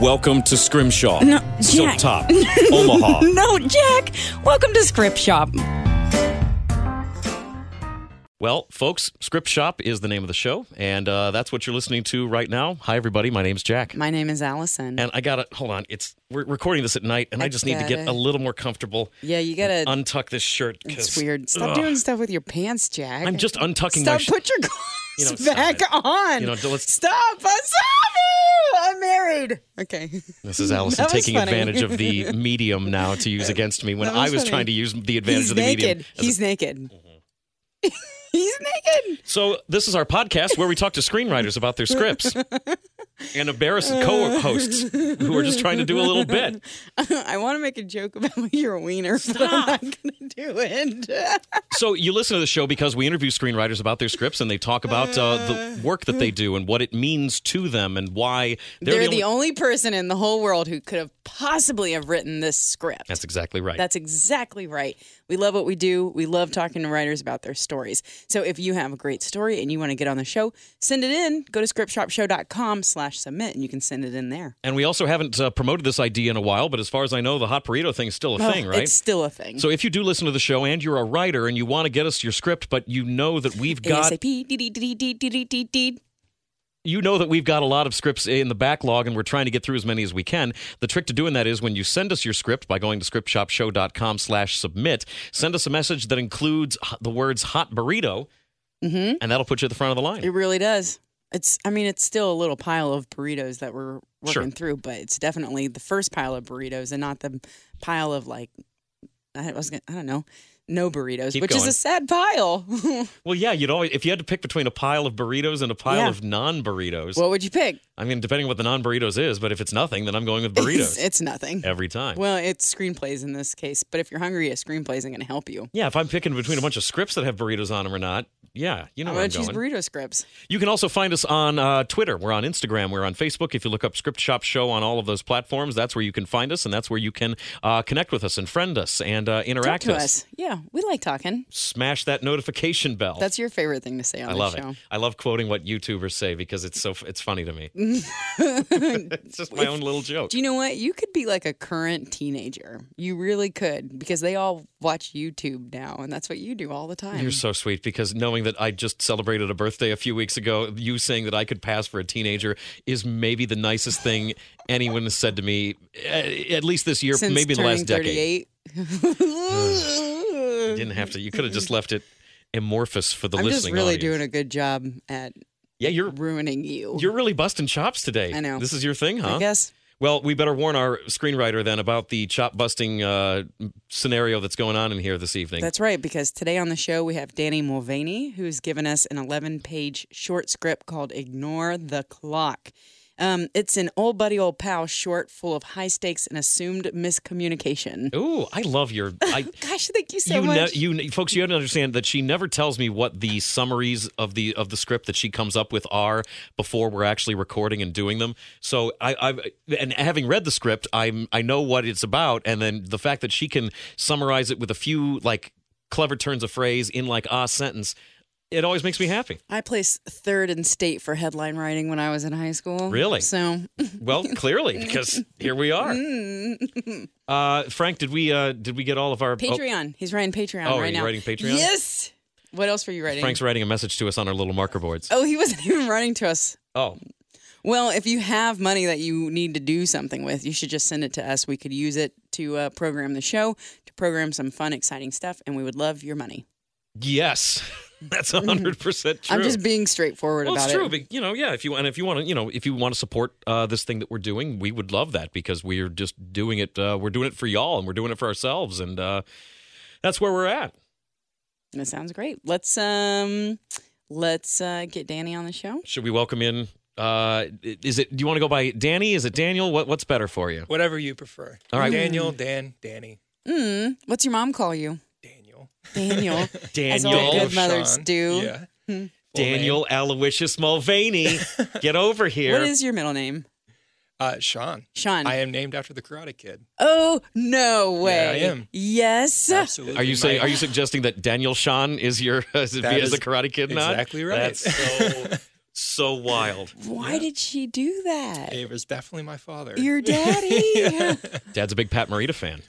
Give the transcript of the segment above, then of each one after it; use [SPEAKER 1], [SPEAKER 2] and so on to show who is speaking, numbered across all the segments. [SPEAKER 1] Welcome to Scrimshaw.
[SPEAKER 2] No,
[SPEAKER 1] Silk
[SPEAKER 2] Jack.
[SPEAKER 1] Top, Omaha.
[SPEAKER 2] No, Jack, welcome to Script Shop.
[SPEAKER 1] Well, folks, Script Shop is the name of the show, and uh, that's what you're listening to right now. Hi, everybody. My name's Jack.
[SPEAKER 2] My name is Allison.
[SPEAKER 1] And I gotta hold on. It's we're recording this at night, and I, just need to get
[SPEAKER 2] gotta-
[SPEAKER 1] a little more comfortable.
[SPEAKER 2] yeah, you gotta.
[SPEAKER 1] Untuck this shirt. 'cause,
[SPEAKER 2] it's weird. Stop
[SPEAKER 1] ugh,
[SPEAKER 2] doing stuff with your pants, Jack.
[SPEAKER 1] I'm just untucking my
[SPEAKER 2] Stop.
[SPEAKER 1] shirt.
[SPEAKER 2] Put your clothes
[SPEAKER 1] You know, stop
[SPEAKER 2] back
[SPEAKER 1] it.
[SPEAKER 2] on.
[SPEAKER 1] You know, d- let's-
[SPEAKER 2] stop. I'm sorry. I'm married. Okay.
[SPEAKER 1] This is Allison
[SPEAKER 2] That was
[SPEAKER 1] taking
[SPEAKER 2] funny.
[SPEAKER 1] advantage of the medium now to use against me when
[SPEAKER 2] That
[SPEAKER 1] I
[SPEAKER 2] was
[SPEAKER 1] was
[SPEAKER 2] funny.
[SPEAKER 1] trying to use the advantage
[SPEAKER 2] He's
[SPEAKER 1] of the
[SPEAKER 2] naked.
[SPEAKER 1] medium. as a-
[SPEAKER 2] He's naked. He's naked.
[SPEAKER 1] So this is our podcast where we talk to screenwriters about their scripts and embarrass the co-hosts who are just trying to do a little bit.
[SPEAKER 2] I want to make a joke about your wiener, but I'm not gonna do it.
[SPEAKER 1] So you listen to the show because we interview screenwriters about their scripts and they talk about uh, the work that they do and what it means to them and why they're,
[SPEAKER 2] hmm. They're, the only person in the whole world who could have possibly have written this script.
[SPEAKER 1] That's exactly right.
[SPEAKER 2] That's exactly right. We love what we do. We love talking to writers about their stories. So if you have a great story and you want to get on the show, send it in. Go to scriptshopshow.com slash submit and you can send it in there.
[SPEAKER 1] and we also haven't uh, promoted this idea in a while, but as far as I know, the hot burrito thing's still a thing,
[SPEAKER 2] Oh,
[SPEAKER 1] right?
[SPEAKER 2] It's still a thing.
[SPEAKER 1] So if you do listen to the show and you're a writer and you want to get us your script, but you know that we've got
[SPEAKER 2] ASAP. dee, dee, dee, dee, dee, dee, dee, dee.
[SPEAKER 1] you know that we've got a lot of scripts in the backlog and we're trying to get through as many as we can. The trick to doing that is when you send us your script by going to scriptshopshow.com slash submit, send us a message that includes h- the words hot burrito and that'll put you at the front of the line.
[SPEAKER 2] It really does. It's I mean, it's still a little pile of burritos that we're working
[SPEAKER 1] Sure.
[SPEAKER 2] through, but it's definitely the first pile of burritos and not the pile of like I was gonna, I don't know, no burritos,
[SPEAKER 1] Keep
[SPEAKER 2] which is
[SPEAKER 1] going.
[SPEAKER 2] a sad pile.
[SPEAKER 1] Well, yeah, you'd always if you had to pick between a pile of burritos and a pile
[SPEAKER 2] Yeah.
[SPEAKER 1] of non-burritos.
[SPEAKER 2] what would you pick?
[SPEAKER 1] I mean, depending on what the non-burritos is, but if it's nothing, then I'm going with
[SPEAKER 2] It's,
[SPEAKER 1] burritos
[SPEAKER 2] it's nothing.
[SPEAKER 1] every time.
[SPEAKER 2] Well, it's screenplays in this case, but if you're hungry, a screenplay isn't going to help you.
[SPEAKER 1] yeah, if I'm picking between a bunch of scripts that have burritos on them or not, yeah, you know
[SPEAKER 2] I'm
[SPEAKER 1] where
[SPEAKER 2] going
[SPEAKER 1] I'm
[SPEAKER 2] to choose
[SPEAKER 1] going.
[SPEAKER 2] burrito scripts.
[SPEAKER 1] You can also find us on uh, Twitter. We're on Instagram. We're on Facebook. If you look up Script Shop Show on all of those platforms, that's where you can find us, and that's where you can uh, connect with us and friend us and uh,
[SPEAKER 2] Talk
[SPEAKER 1] interact
[SPEAKER 2] to
[SPEAKER 1] with
[SPEAKER 2] us. Yeah, we like talking.
[SPEAKER 1] Smash that notification bell.
[SPEAKER 2] That's your favorite thing to say on
[SPEAKER 1] I
[SPEAKER 2] the
[SPEAKER 1] love
[SPEAKER 2] show.
[SPEAKER 1] it. I love quoting what YouTubers say because it's so f- it's funny to me. it's just my own little joke.
[SPEAKER 2] Do you know what? You could be like a current teenager. You really could because they all watch YouTube now, and that's what you do all the time.
[SPEAKER 1] You're so sweet because knowing that I just celebrated a birthday a few weeks ago, you saying that I could pass for a teenager is maybe the nicest thing anyone has said to me, a- at least this year,
[SPEAKER 2] Since
[SPEAKER 1] maybe the last
[SPEAKER 2] turning
[SPEAKER 1] decade.
[SPEAKER 2] 38.
[SPEAKER 1] You didn't have to. You could have just left it amorphous for the
[SPEAKER 2] I'm just
[SPEAKER 1] listening
[SPEAKER 2] really
[SPEAKER 1] audience.
[SPEAKER 2] doing a good job at
[SPEAKER 1] yeah, you're
[SPEAKER 2] ruining you.
[SPEAKER 1] you're really busting chops today.
[SPEAKER 2] I know.
[SPEAKER 1] This is your thing, huh?
[SPEAKER 2] I guess.
[SPEAKER 1] Well, we better warn our screenwriter then about the chop busting uh, scenario that's going on in here this evening.
[SPEAKER 2] That's right, because today on the show we have Danny Mulvaney, who's given us an 11 page short script called Ignore the Clock. Um, it's an old buddy, old pal short full of high stakes and assumed miscommunication.
[SPEAKER 1] Ooh, I love your. I,
[SPEAKER 2] Gosh, thank you so
[SPEAKER 1] you,
[SPEAKER 2] much.
[SPEAKER 1] ne- you ne- folks, you have to understand that she never tells me what the summaries of the of the script that she comes up with are before we're actually recording and doing them. So I, I've and having read the script, I'm I know what it's about, and then the fact that she can summarize it with a few like clever turns of phrase in like a sentence, it always makes me happy.
[SPEAKER 2] I placed third in state for headline writing when I was in high school.
[SPEAKER 1] Really? Oh.
[SPEAKER 2] So
[SPEAKER 1] Well, clearly because here we are.
[SPEAKER 2] Mm.
[SPEAKER 1] Uh, Frank, did we uh, did we get all of our? oh,
[SPEAKER 2] Patreon. He's writing Patreon
[SPEAKER 1] Oh, are
[SPEAKER 2] right
[SPEAKER 1] you
[SPEAKER 2] now.
[SPEAKER 1] writing Patreon?
[SPEAKER 2] Yes. What else were you writing?
[SPEAKER 1] Frank's writing a message to us on our little marker boards.
[SPEAKER 2] oh, he wasn't even writing to us.
[SPEAKER 1] oh.
[SPEAKER 2] Well, if you have money that you need to do something with, you should just send it to us. We could use it to uh, program the show, to program some fun, exciting stuff, and we would love your money.
[SPEAKER 1] Yes, that's hundred percent true.
[SPEAKER 2] Mm-hmm. I'm just being straightforward
[SPEAKER 1] well,
[SPEAKER 2] about
[SPEAKER 1] it's true.
[SPEAKER 2] it.
[SPEAKER 1] but, you know, yeah. If you and if you want to, you know, if you want to support uh, this thing that we're doing, we would love that because we're just doing it. Uh, we're doing it for y'all, and we're doing it for ourselves, and uh, that's where we're at.
[SPEAKER 2] That sounds great. Let's um, let's uh, get Danny on the show.
[SPEAKER 1] Should we welcome in Uh, is it? Do you want to go by Danny? Is it Daniel? What What's better for you?
[SPEAKER 3] Whatever you prefer.
[SPEAKER 1] All right.
[SPEAKER 3] Daniel, Dan, Danny,
[SPEAKER 2] Mm, what's your mom call you?
[SPEAKER 3] Daniel.
[SPEAKER 2] Daniel. As all
[SPEAKER 1] Daniel.
[SPEAKER 2] good mothers
[SPEAKER 3] Sean.
[SPEAKER 2] do.
[SPEAKER 3] Yeah. Full
[SPEAKER 1] Daniel Aloysius Mulvaney. Get over here.
[SPEAKER 2] What is your middle name?
[SPEAKER 3] name. Uh, Sean.
[SPEAKER 2] Sean.
[SPEAKER 3] I am named after the Karate Kid.
[SPEAKER 2] oh, no way.
[SPEAKER 3] I am.
[SPEAKER 2] Yes.
[SPEAKER 3] Absolutely.
[SPEAKER 1] are you saying?
[SPEAKER 3] my-
[SPEAKER 1] Are you suggesting that Daniel Sean is your as,
[SPEAKER 3] That
[SPEAKER 1] as
[SPEAKER 3] is
[SPEAKER 1] a Karate Kid? nod?
[SPEAKER 3] exactly right.
[SPEAKER 1] That's so so wild.
[SPEAKER 2] Why did she do that?
[SPEAKER 3] It was definitely my father.
[SPEAKER 2] Your daddy.
[SPEAKER 3] Yeah.
[SPEAKER 1] Dad's a big Pat Morita fan.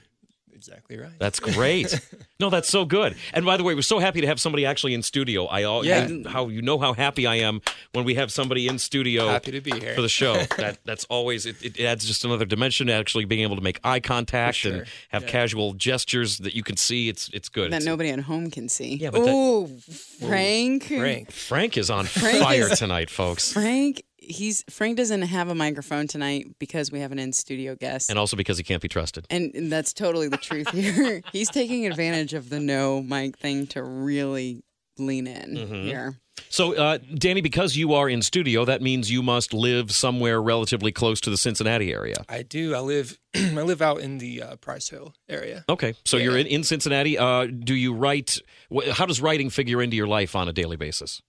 [SPEAKER 3] Exactly right.
[SPEAKER 1] That's great. no, that's so good. And by the way, we're so happy to have somebody actually in studio. I all
[SPEAKER 3] Yeah.
[SPEAKER 1] I- how you know how happy I am when we have somebody in studio
[SPEAKER 3] Happy to be here.
[SPEAKER 1] for the show. that that's always it, it adds just another dimension to actually being able to make eye contact
[SPEAKER 3] For
[SPEAKER 1] and
[SPEAKER 3] sure.
[SPEAKER 1] have
[SPEAKER 3] Yeah.
[SPEAKER 1] casual gestures that you can see. It's it's good.
[SPEAKER 2] That
[SPEAKER 1] It's-
[SPEAKER 2] nobody at home can see.
[SPEAKER 1] Yeah, but that-
[SPEAKER 2] Oh, Frank.
[SPEAKER 3] Frank.
[SPEAKER 1] Frank is on
[SPEAKER 2] Frank
[SPEAKER 1] fire
[SPEAKER 2] is-
[SPEAKER 1] tonight, folks.
[SPEAKER 2] Frank. He's Frank doesn't have a microphone tonight because we have an in studio guest.
[SPEAKER 1] And also because he can't be trusted.
[SPEAKER 2] And and that's totally the truth here. He's taking advantage of the no mic thing to really lean in
[SPEAKER 3] Mm-hmm.
[SPEAKER 2] here.
[SPEAKER 1] So, uh, Danny, because you are in studio, that means you must live somewhere relatively close to the Cincinnati area.
[SPEAKER 3] I do. I live. I live out in the uh, Price Hill area.
[SPEAKER 1] Okay, so
[SPEAKER 3] Yeah.
[SPEAKER 1] you're in, in Cincinnati. Uh, do you write? Wh- how does writing figure into your life on a daily basis?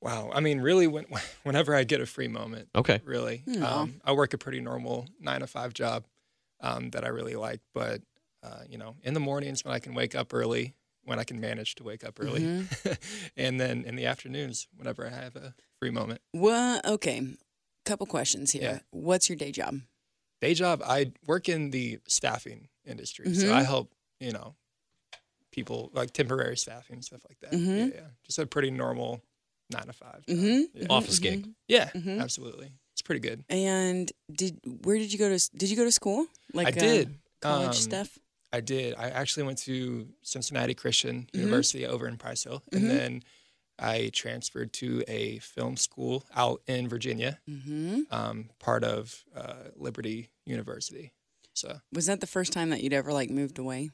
[SPEAKER 3] Wow. I mean, really, when, whenever I get a free moment,
[SPEAKER 1] Okay,
[SPEAKER 3] really,
[SPEAKER 2] Aw.
[SPEAKER 3] um, I work a pretty normal nine to five job um, that I really like. But uh, you know, in the mornings when I can wake up early, when I can manage to wake up early,
[SPEAKER 2] Mm-hmm.
[SPEAKER 3] and then in the afternoons whenever I have a free moment.
[SPEAKER 2] Well, okay. Couple questions here.
[SPEAKER 3] Yeah.
[SPEAKER 2] What's your day job?
[SPEAKER 3] Day job, I work in the staffing industry,
[SPEAKER 2] Mhm.
[SPEAKER 3] so I help you know people like temporary staffing and stuff like that. Yeah,
[SPEAKER 2] Mhm.
[SPEAKER 3] yeah, just a pretty normal nine to 5 job.
[SPEAKER 2] Mhm.
[SPEAKER 3] Yeah.
[SPEAKER 1] office gig.
[SPEAKER 3] Yeah,
[SPEAKER 2] Mhm.
[SPEAKER 3] absolutely. It's pretty good.
[SPEAKER 2] And did where did you go to? Did you go to school? Like
[SPEAKER 3] I
[SPEAKER 2] uh,
[SPEAKER 3] did
[SPEAKER 2] college
[SPEAKER 3] um,
[SPEAKER 2] stuff.
[SPEAKER 3] I did. I actually went to Cincinnati Christian
[SPEAKER 2] Mhm.
[SPEAKER 3] University over in Price Hill,
[SPEAKER 2] Mhm.
[SPEAKER 3] and then I transferred to a film school out in Virginia,
[SPEAKER 2] hmm
[SPEAKER 3] um, part of uh, Liberty University. So,
[SPEAKER 2] Was that the first time that you'd ever like moved away?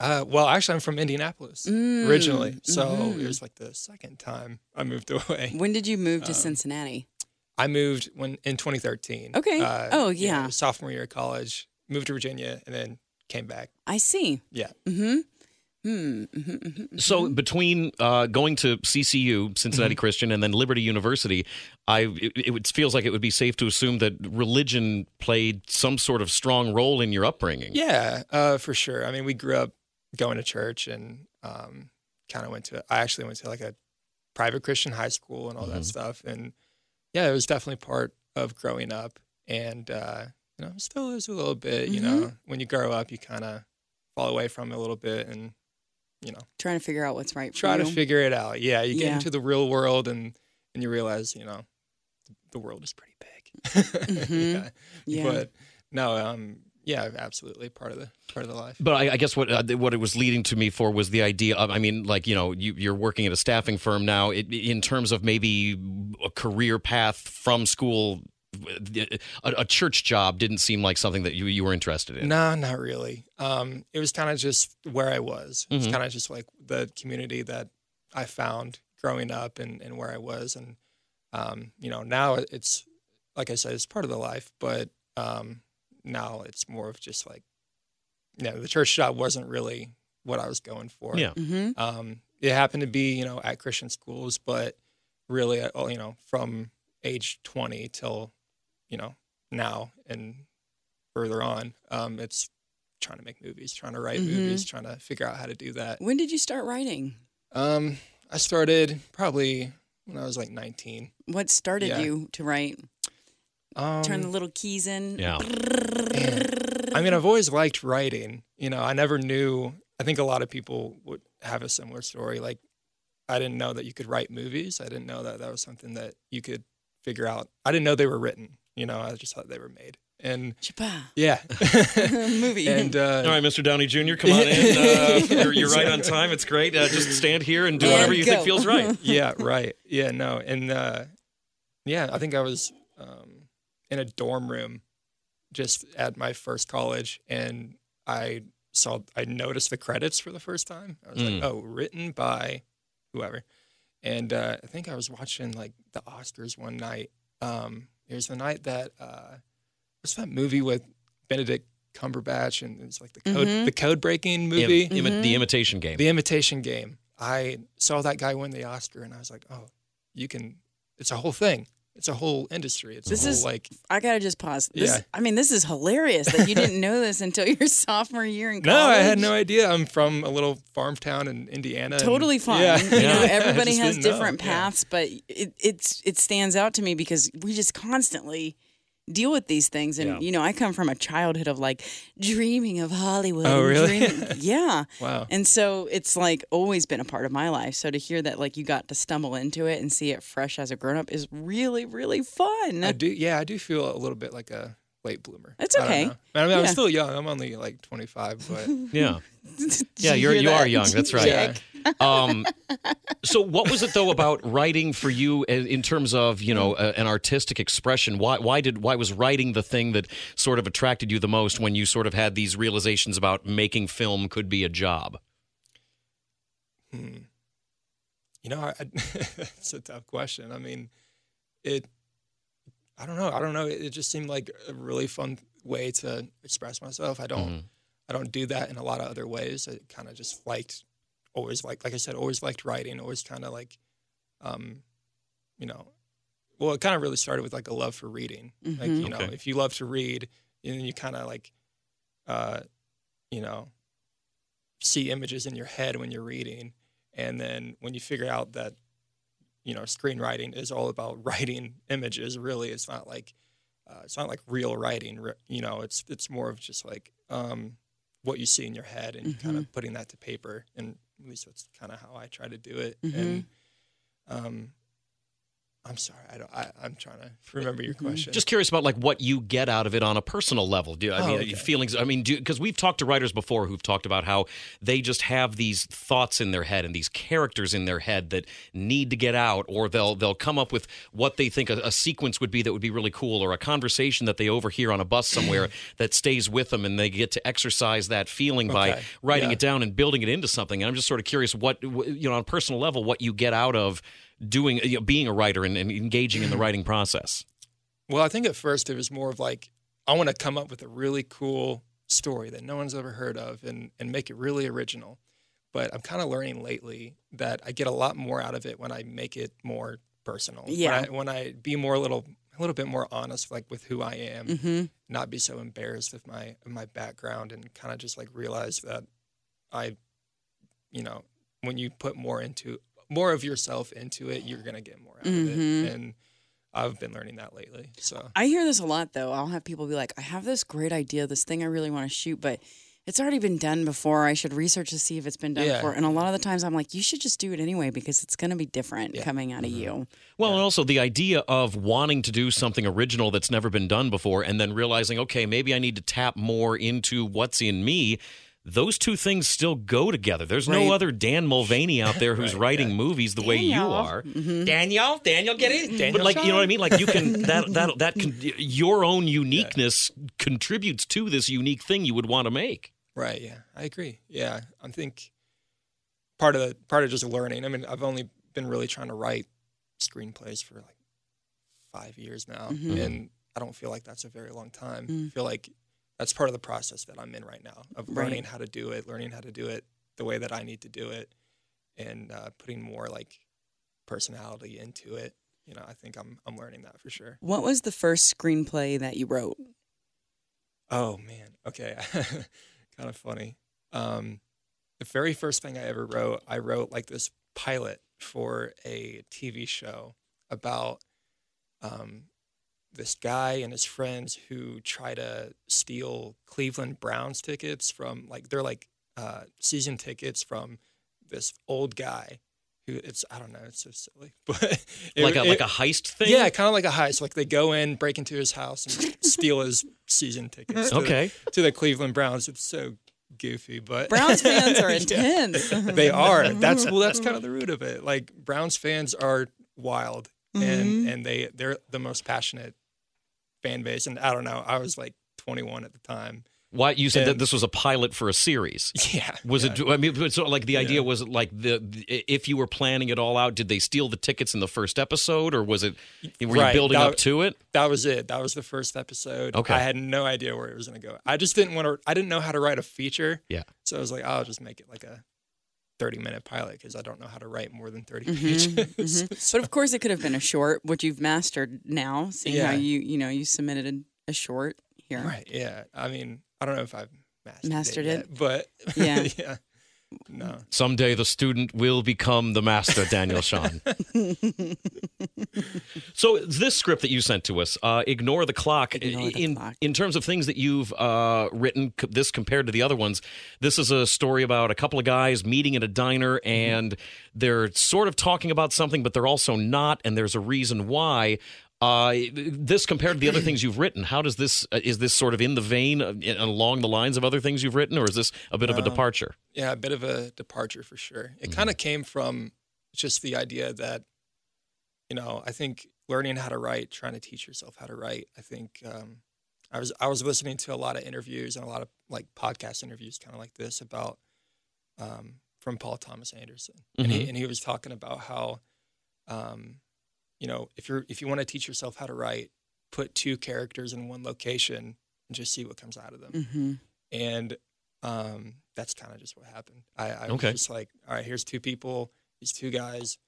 [SPEAKER 3] uh, well, actually, I'm from Indianapolis
[SPEAKER 2] Mm,
[SPEAKER 3] originally, so
[SPEAKER 2] mhm.
[SPEAKER 3] it was like the second time I moved away.
[SPEAKER 2] When did you move to
[SPEAKER 3] Um,
[SPEAKER 2] Cincinnati?
[SPEAKER 3] I moved when in 2013.
[SPEAKER 2] Okay. Oh, yeah.
[SPEAKER 3] Sophomore year of college, moved to Virginia, and then came back.
[SPEAKER 2] I see.
[SPEAKER 3] Yeah.
[SPEAKER 2] Mm-hmm. Hmm. hmm mhm,
[SPEAKER 1] So
[SPEAKER 2] mhm.
[SPEAKER 1] between uh, going to CCU, Cincinnati Christian, and then Liberty University, I it, it would- feels like it would be safe to assume that religion played some sort of strong role in your upbringing.
[SPEAKER 3] Yeah, uh, for sure. I mean, we grew up going to church and um, kind of went to. I actually went to like a private Christian high school and all
[SPEAKER 1] Mhm.
[SPEAKER 3] that stuff. And yeah, it was definitely part of growing up. And uh, you know, it still is a little bit. You
[SPEAKER 2] Mhm.
[SPEAKER 3] know, when you grow up, you kind of fall away from it a little bit and you know
[SPEAKER 2] Trying to figure out what's right.
[SPEAKER 3] try
[SPEAKER 2] for
[SPEAKER 3] to
[SPEAKER 2] you.
[SPEAKER 3] figure it out. Yeah, you get
[SPEAKER 2] Yeah.
[SPEAKER 3] into the real world and and you realize you know the world is pretty big.
[SPEAKER 2] Mhm. Yeah.
[SPEAKER 3] But no, um, yeah, absolutely part of the part of the life.
[SPEAKER 1] But I, I guess what uh, what it was leading to me for was the idea of I mean, like you know, you, you're working at a staffing firm now. It, in terms of maybe a career path from school, a, a church job didn't seem like something that you you were interested in.
[SPEAKER 3] No, not really. Um, it was kind of just where I was. It's
[SPEAKER 1] Mhm.
[SPEAKER 3] kind of just like the community that I found growing up and, and where I was. And, um, you know, now it's, like I said, it's part of the life, but um, now it's more of just like, you know, the church job wasn't really what I was going for.
[SPEAKER 1] Yeah.
[SPEAKER 2] Mm-hmm.
[SPEAKER 3] Um, it happened to be, you know, at Christian schools, but really, uh, you know, from age 20 till, you know, now and further on, um, it's trying to make movies, trying to write
[SPEAKER 2] Mhm.
[SPEAKER 3] movies, trying to figure out how to do that.
[SPEAKER 2] When did you start writing?
[SPEAKER 3] Um, I started probably when I was like 19.
[SPEAKER 2] What started
[SPEAKER 3] Yeah.
[SPEAKER 2] you to write?
[SPEAKER 3] Um,
[SPEAKER 2] Turn the little keys in.
[SPEAKER 1] Yeah.
[SPEAKER 3] I mean, I've always liked writing. You know, I never knew. I think a lot of people would have a similar story. Like, I didn't know that you could write movies. I didn't know that that was something that you could figure out. I didn't know they were written. You know, I just thought they were made. And
[SPEAKER 2] Chapa.
[SPEAKER 3] yeah,
[SPEAKER 2] Movie.
[SPEAKER 3] And uh,
[SPEAKER 1] All right, Mr. Downey Jr., come on in. Uh, you're, you're right on time. It's great. Uh, just stand here and do
[SPEAKER 2] And
[SPEAKER 1] whatever you think
[SPEAKER 2] go.
[SPEAKER 1] feels right.
[SPEAKER 3] yeah, right. Yeah, no. And uh, yeah, I think I was um, in a dorm room just at my first college and I saw, I noticed the credits for the first time. I was
[SPEAKER 1] Mm.
[SPEAKER 3] like, oh, written by whoever. And uh, I think I was watching like the Oscars one night Um, it was the night that uh, what's that movie with Benedict Cumberbatch and it's like the code
[SPEAKER 2] Mhm.
[SPEAKER 3] the code breaking movie,
[SPEAKER 1] Im- imi- the imitation game.
[SPEAKER 3] The Imitation Game. I saw that guy win the Oscar and I was like, oh, you can. It's a whole thing. It's a whole industry. It's
[SPEAKER 2] This
[SPEAKER 3] a whole
[SPEAKER 2] is-
[SPEAKER 3] like
[SPEAKER 2] I gotta just pause. This,
[SPEAKER 3] Yeah.
[SPEAKER 2] I mean, this is hilarious that you didn't know this until your sophomore year in
[SPEAKER 3] No,
[SPEAKER 2] college.
[SPEAKER 3] I had no idea. I'm from a little farm town in Indiana. and-
[SPEAKER 2] Totally fine.
[SPEAKER 3] Yeah.
[SPEAKER 2] You know,
[SPEAKER 1] Yeah.
[SPEAKER 2] everybody
[SPEAKER 3] I just
[SPEAKER 2] has
[SPEAKER 3] didn't know.
[SPEAKER 2] different
[SPEAKER 3] Yeah.
[SPEAKER 2] paths, but it, it's it stands out to me because we just constantly deal with these things. And
[SPEAKER 1] Yeah.
[SPEAKER 2] you know, I come from a childhood of like dreaming of Hollywood.
[SPEAKER 3] Oh,
[SPEAKER 2] and
[SPEAKER 3] really?
[SPEAKER 2] dreaming- yeah.
[SPEAKER 3] Wow.
[SPEAKER 2] And so it's like always been a part of my life. So to hear that like you got to stumble into it and see it fresh as a grown up is really really fun.
[SPEAKER 3] I do. Yeah, I do feel a little bit like a late bloomer.
[SPEAKER 2] That's
[SPEAKER 3] I don't
[SPEAKER 2] okay.
[SPEAKER 3] know. I mean, I'm
[SPEAKER 2] Yeah.
[SPEAKER 3] still young. I'm only like 25, but
[SPEAKER 1] Yeah.
[SPEAKER 2] Did
[SPEAKER 1] Yeah, you're-
[SPEAKER 2] hear
[SPEAKER 1] you are
[SPEAKER 2] that?
[SPEAKER 1] young. That's right.
[SPEAKER 3] yeah.
[SPEAKER 2] Check.
[SPEAKER 1] Um, so, what was it though about writing for you in, in terms of you know a, an artistic expression? Why why did why was writing the thing that sort of attracted you the most when you sort of had these realizations about making film could be a job?
[SPEAKER 3] Hmm. You know, I, it's a tough question. I mean, it. I don't know. I don't know. It, it just seemed like a really fun way to express myself. I don't.
[SPEAKER 1] Mhm.
[SPEAKER 3] I don't do that in a lot of other ways. I kind of just liked, always like, like I said, always liked writing. Always kind of like, um, you know, well, it kind of really started with like a love for reading. Like
[SPEAKER 2] Mhm.
[SPEAKER 3] you know,
[SPEAKER 1] Okay.
[SPEAKER 3] if you love to read, and you kind of like, uh, you know, see images in your head when you're reading, and then when you figure out that, you know, screenwriting is all about writing images. Really, it's not like, uh, it's not like real writing. re- You know, it's it's more of just like um, what you see in your head and kind of putting that to paper. And at least that's kind of how I try to do it. And um, I'm sorry, I don't. I, I'm trying to remember your question.
[SPEAKER 1] Just curious about like what you get out of it on a personal level. Do I
[SPEAKER 3] Oh,
[SPEAKER 1] mean
[SPEAKER 3] okay.
[SPEAKER 1] feelings? I mean, because we've talked to writers before who've talked about how they just have these thoughts in their head and these characters in their head that need to get out, or they'll they'll come up with what they think a, a sequence would be that would be really cool, or a conversation that they overhear on a bus somewhere that stays with them, and they get to exercise that feeling by
[SPEAKER 3] Okay.
[SPEAKER 1] writing
[SPEAKER 3] Yeah.
[SPEAKER 1] it down and building it into something. And I'm just sort of curious what wh- you know on a personal level what you get out of doing you know, being a writer and, and engaging in the writing process.
[SPEAKER 3] Well, I think at first it was more of like I want to come up with a really cool story that no one's ever heard of and and make it really original. But I'm kind of learning lately that I get a lot more out of it when I make it more personal.
[SPEAKER 2] Yeah.
[SPEAKER 3] When I, when I be more a little a little bit more honest like with who I am,
[SPEAKER 2] Mhm.
[SPEAKER 3] not be so embarrassed of my of my background and kind of just like realize that I you know, when you put more into more of yourself into it, you're going to get more out of
[SPEAKER 2] Mhm.
[SPEAKER 3] it. And I've been learning that lately. So
[SPEAKER 2] I hear this a lot though. I'll have people be like, I have this great idea, this thing I really want to shoot, but it's already been done before. I should research to see if it's been done
[SPEAKER 3] Yeah.
[SPEAKER 2] before. And a lot of the times I'm like, you should just do it anyway because it's going to be different
[SPEAKER 3] Yeah. Mm-hmm.
[SPEAKER 2] coming out of you.
[SPEAKER 1] Well, and also the idea of wanting to do something original that's never been done before and then realizing, okay, maybe I need to tap more into what's in me. Those two things still go together. There's
[SPEAKER 2] Right.
[SPEAKER 1] no other Dan Mulvaney out there who's writing movies the way you
[SPEAKER 2] Daniel.
[SPEAKER 1] are. Daniel, Daniel, get it? but
[SPEAKER 3] Daniel
[SPEAKER 1] like, you know what I mean? Like you can that that that can, your own uniqueness contributes to this unique thing you would want to make.
[SPEAKER 3] Right. Yeah, I agree. Yeah, I think part of the part of just learning. I mean, I've only been really trying to write screenplays for like five years now,
[SPEAKER 2] Mhm.
[SPEAKER 3] and I don't feel like that's a very long time. I
[SPEAKER 2] Mm.
[SPEAKER 3] feel like that's part of the process that I'm in right now of
[SPEAKER 2] Right.
[SPEAKER 3] learning how to do it, learning how to do it the way that I need to do it, and uh, putting more like personality into it. You know, I think I'm I'm learning that for sure.
[SPEAKER 2] What was the first screenplay that you wrote?
[SPEAKER 3] Oh man. Okay. kind of funny. Um, the very first thing I ever wrote, I wrote like this pilot for a TV show about um, this guy and his friends who try to steal Cleveland Browns tickets from like they're like uh, season tickets from this old guy who it's I don't know it's so silly but it-
[SPEAKER 1] like a like
[SPEAKER 3] it-
[SPEAKER 1] a heist thing?
[SPEAKER 3] yeah kind of like a heist like they go in break into his house and steal his season tickets to the-
[SPEAKER 1] Okay.
[SPEAKER 3] to the Cleveland Browns. It's so goofy, but
[SPEAKER 2] Browns fans are
[SPEAKER 3] Yeah.
[SPEAKER 2] intense.
[SPEAKER 3] they are. That's well. That's kind of the root of it. Like Browns fans are wild,
[SPEAKER 2] Mm-hmm.
[SPEAKER 3] and and they they're the most passionate fan base. And I don't know. I was like 21 at the time,
[SPEAKER 1] Why you said that
[SPEAKER 3] And-
[SPEAKER 1] this was a pilot for a series?
[SPEAKER 3] Yeah.
[SPEAKER 1] Was
[SPEAKER 3] yeah.
[SPEAKER 1] it? I mean, so like the idea
[SPEAKER 3] Yeah.
[SPEAKER 1] was like the, the- if you were planning it all out, did they steal the tickets in the first episode, or was it were you
[SPEAKER 3] Right,
[SPEAKER 1] building
[SPEAKER 3] that-
[SPEAKER 1] up to it?
[SPEAKER 3] That was it. That was the first episode.
[SPEAKER 1] Okay.
[SPEAKER 3] I had no idea where it was going to go. I just didn't want to, I didn't know how to write a feature.
[SPEAKER 1] Yeah.
[SPEAKER 3] So I was like, I'll just make it like a 30 minute pilot because I don't know how to write more than 30
[SPEAKER 2] Mhm,
[SPEAKER 3] pages.
[SPEAKER 2] But of course, it could have been a short, which you've mastered now, seeing how
[SPEAKER 3] Yeah.
[SPEAKER 2] you you know you submitted a, a short here.
[SPEAKER 3] Right. Yeah. I mean, I don't know if I've mastered,
[SPEAKER 2] Mastered
[SPEAKER 3] it, yet, but
[SPEAKER 2] Yeah.
[SPEAKER 3] yeah. No.
[SPEAKER 1] Someday the student will become the master, Daniel Sean. so this script that you sent to us, uh, ignore the clock.
[SPEAKER 2] Ignore the
[SPEAKER 1] in
[SPEAKER 2] Clock.
[SPEAKER 1] in terms of things that you've uh, written, c- this compared to the other ones, this is a story about a couple of guys meeting at a diner
[SPEAKER 2] Mm-hmm.
[SPEAKER 1] and they're sort of talking about something, but they're also not, and there's a reason why. Uh, this compared to the other things you've written, how does this uh, is this sort of in the vein uh, in- along the lines of other things you've written, or is this a bit of a
[SPEAKER 3] No.
[SPEAKER 1] departure?
[SPEAKER 3] Yeah. A bit of a departure for sure. It kind of came from just the idea that, you know, I think learning how to write, trying to teach yourself how to write. I think, um, I was, I was listening to a lot of interviews and a lot of like podcast interviews, kind of like this about, um, from Paul Thomas Anderson. and he, and he was talking about how um, you know if you're if you want to teach yourself how to write put two characters in one location and just see what comes out of them
[SPEAKER 2] hmm
[SPEAKER 3] and um, that's kind of just what happened i, I
[SPEAKER 1] Okay.
[SPEAKER 3] was just like all right here's two people these two guys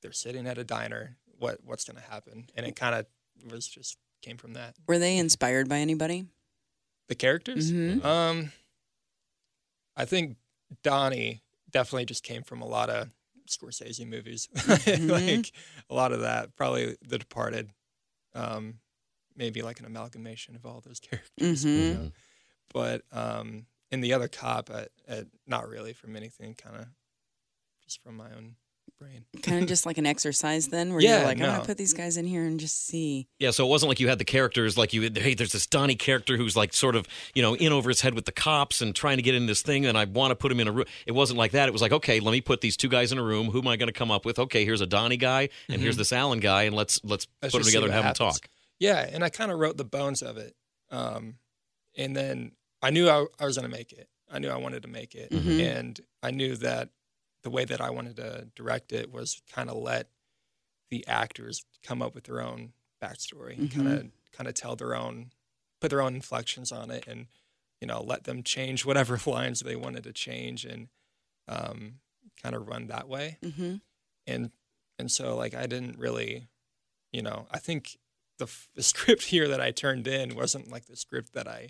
[SPEAKER 3] they're sitting at a diner what what's going to happen and it kind of was just came from that
[SPEAKER 2] Were they inspired by anybody?
[SPEAKER 3] the characters
[SPEAKER 2] hmm
[SPEAKER 3] um, I think Donnie definitely just came from a lot of Scorsese movies, like a lot of that. Probably The Departed, um, maybe like an amalgamation of all those characters. you
[SPEAKER 2] Mhm.
[SPEAKER 3] know? But um, and the other cop, I, I, not really from anything, kind of just from my own brain.
[SPEAKER 2] Kind of just like an exercise, then, where
[SPEAKER 3] Yeah,
[SPEAKER 2] you're like, I'm
[SPEAKER 3] no.
[SPEAKER 2] gonna put these guys in here and just see.
[SPEAKER 1] Yeah, so it wasn't like you had the characters like you. Hey, there's this Donnie character who's like sort of you know in over his head with the cops and trying to get in this thing, and I want to put him in a room. It wasn't like that. It was like, okay, let me put these two guys in a room. Who am I going to come up with? Okay, here's a Donnie guy and here's this Allen guy, and let's let's
[SPEAKER 3] Mm-hmm. Let's
[SPEAKER 1] put them
[SPEAKER 3] just see
[SPEAKER 1] together and
[SPEAKER 3] what
[SPEAKER 1] have them
[SPEAKER 3] happens.
[SPEAKER 1] talk.
[SPEAKER 3] Yeah, and I kind of wrote the bones of it, um, and then I knew I, I was going to make it. I knew I wanted to make it,
[SPEAKER 2] Mhm.
[SPEAKER 3] and I knew that the way that I wanted to direct it was kind of let the actors come up with their own backstory, and kind of kind of tell their own, put their own inflections on it, and you know let them change whatever lines they wanted to change, and um, kind of run that way
[SPEAKER 1] Mm-hmm.
[SPEAKER 2] hmm
[SPEAKER 3] and and so like I didn't really, you know, I think the f- the script here that I turned in wasn't like the script that I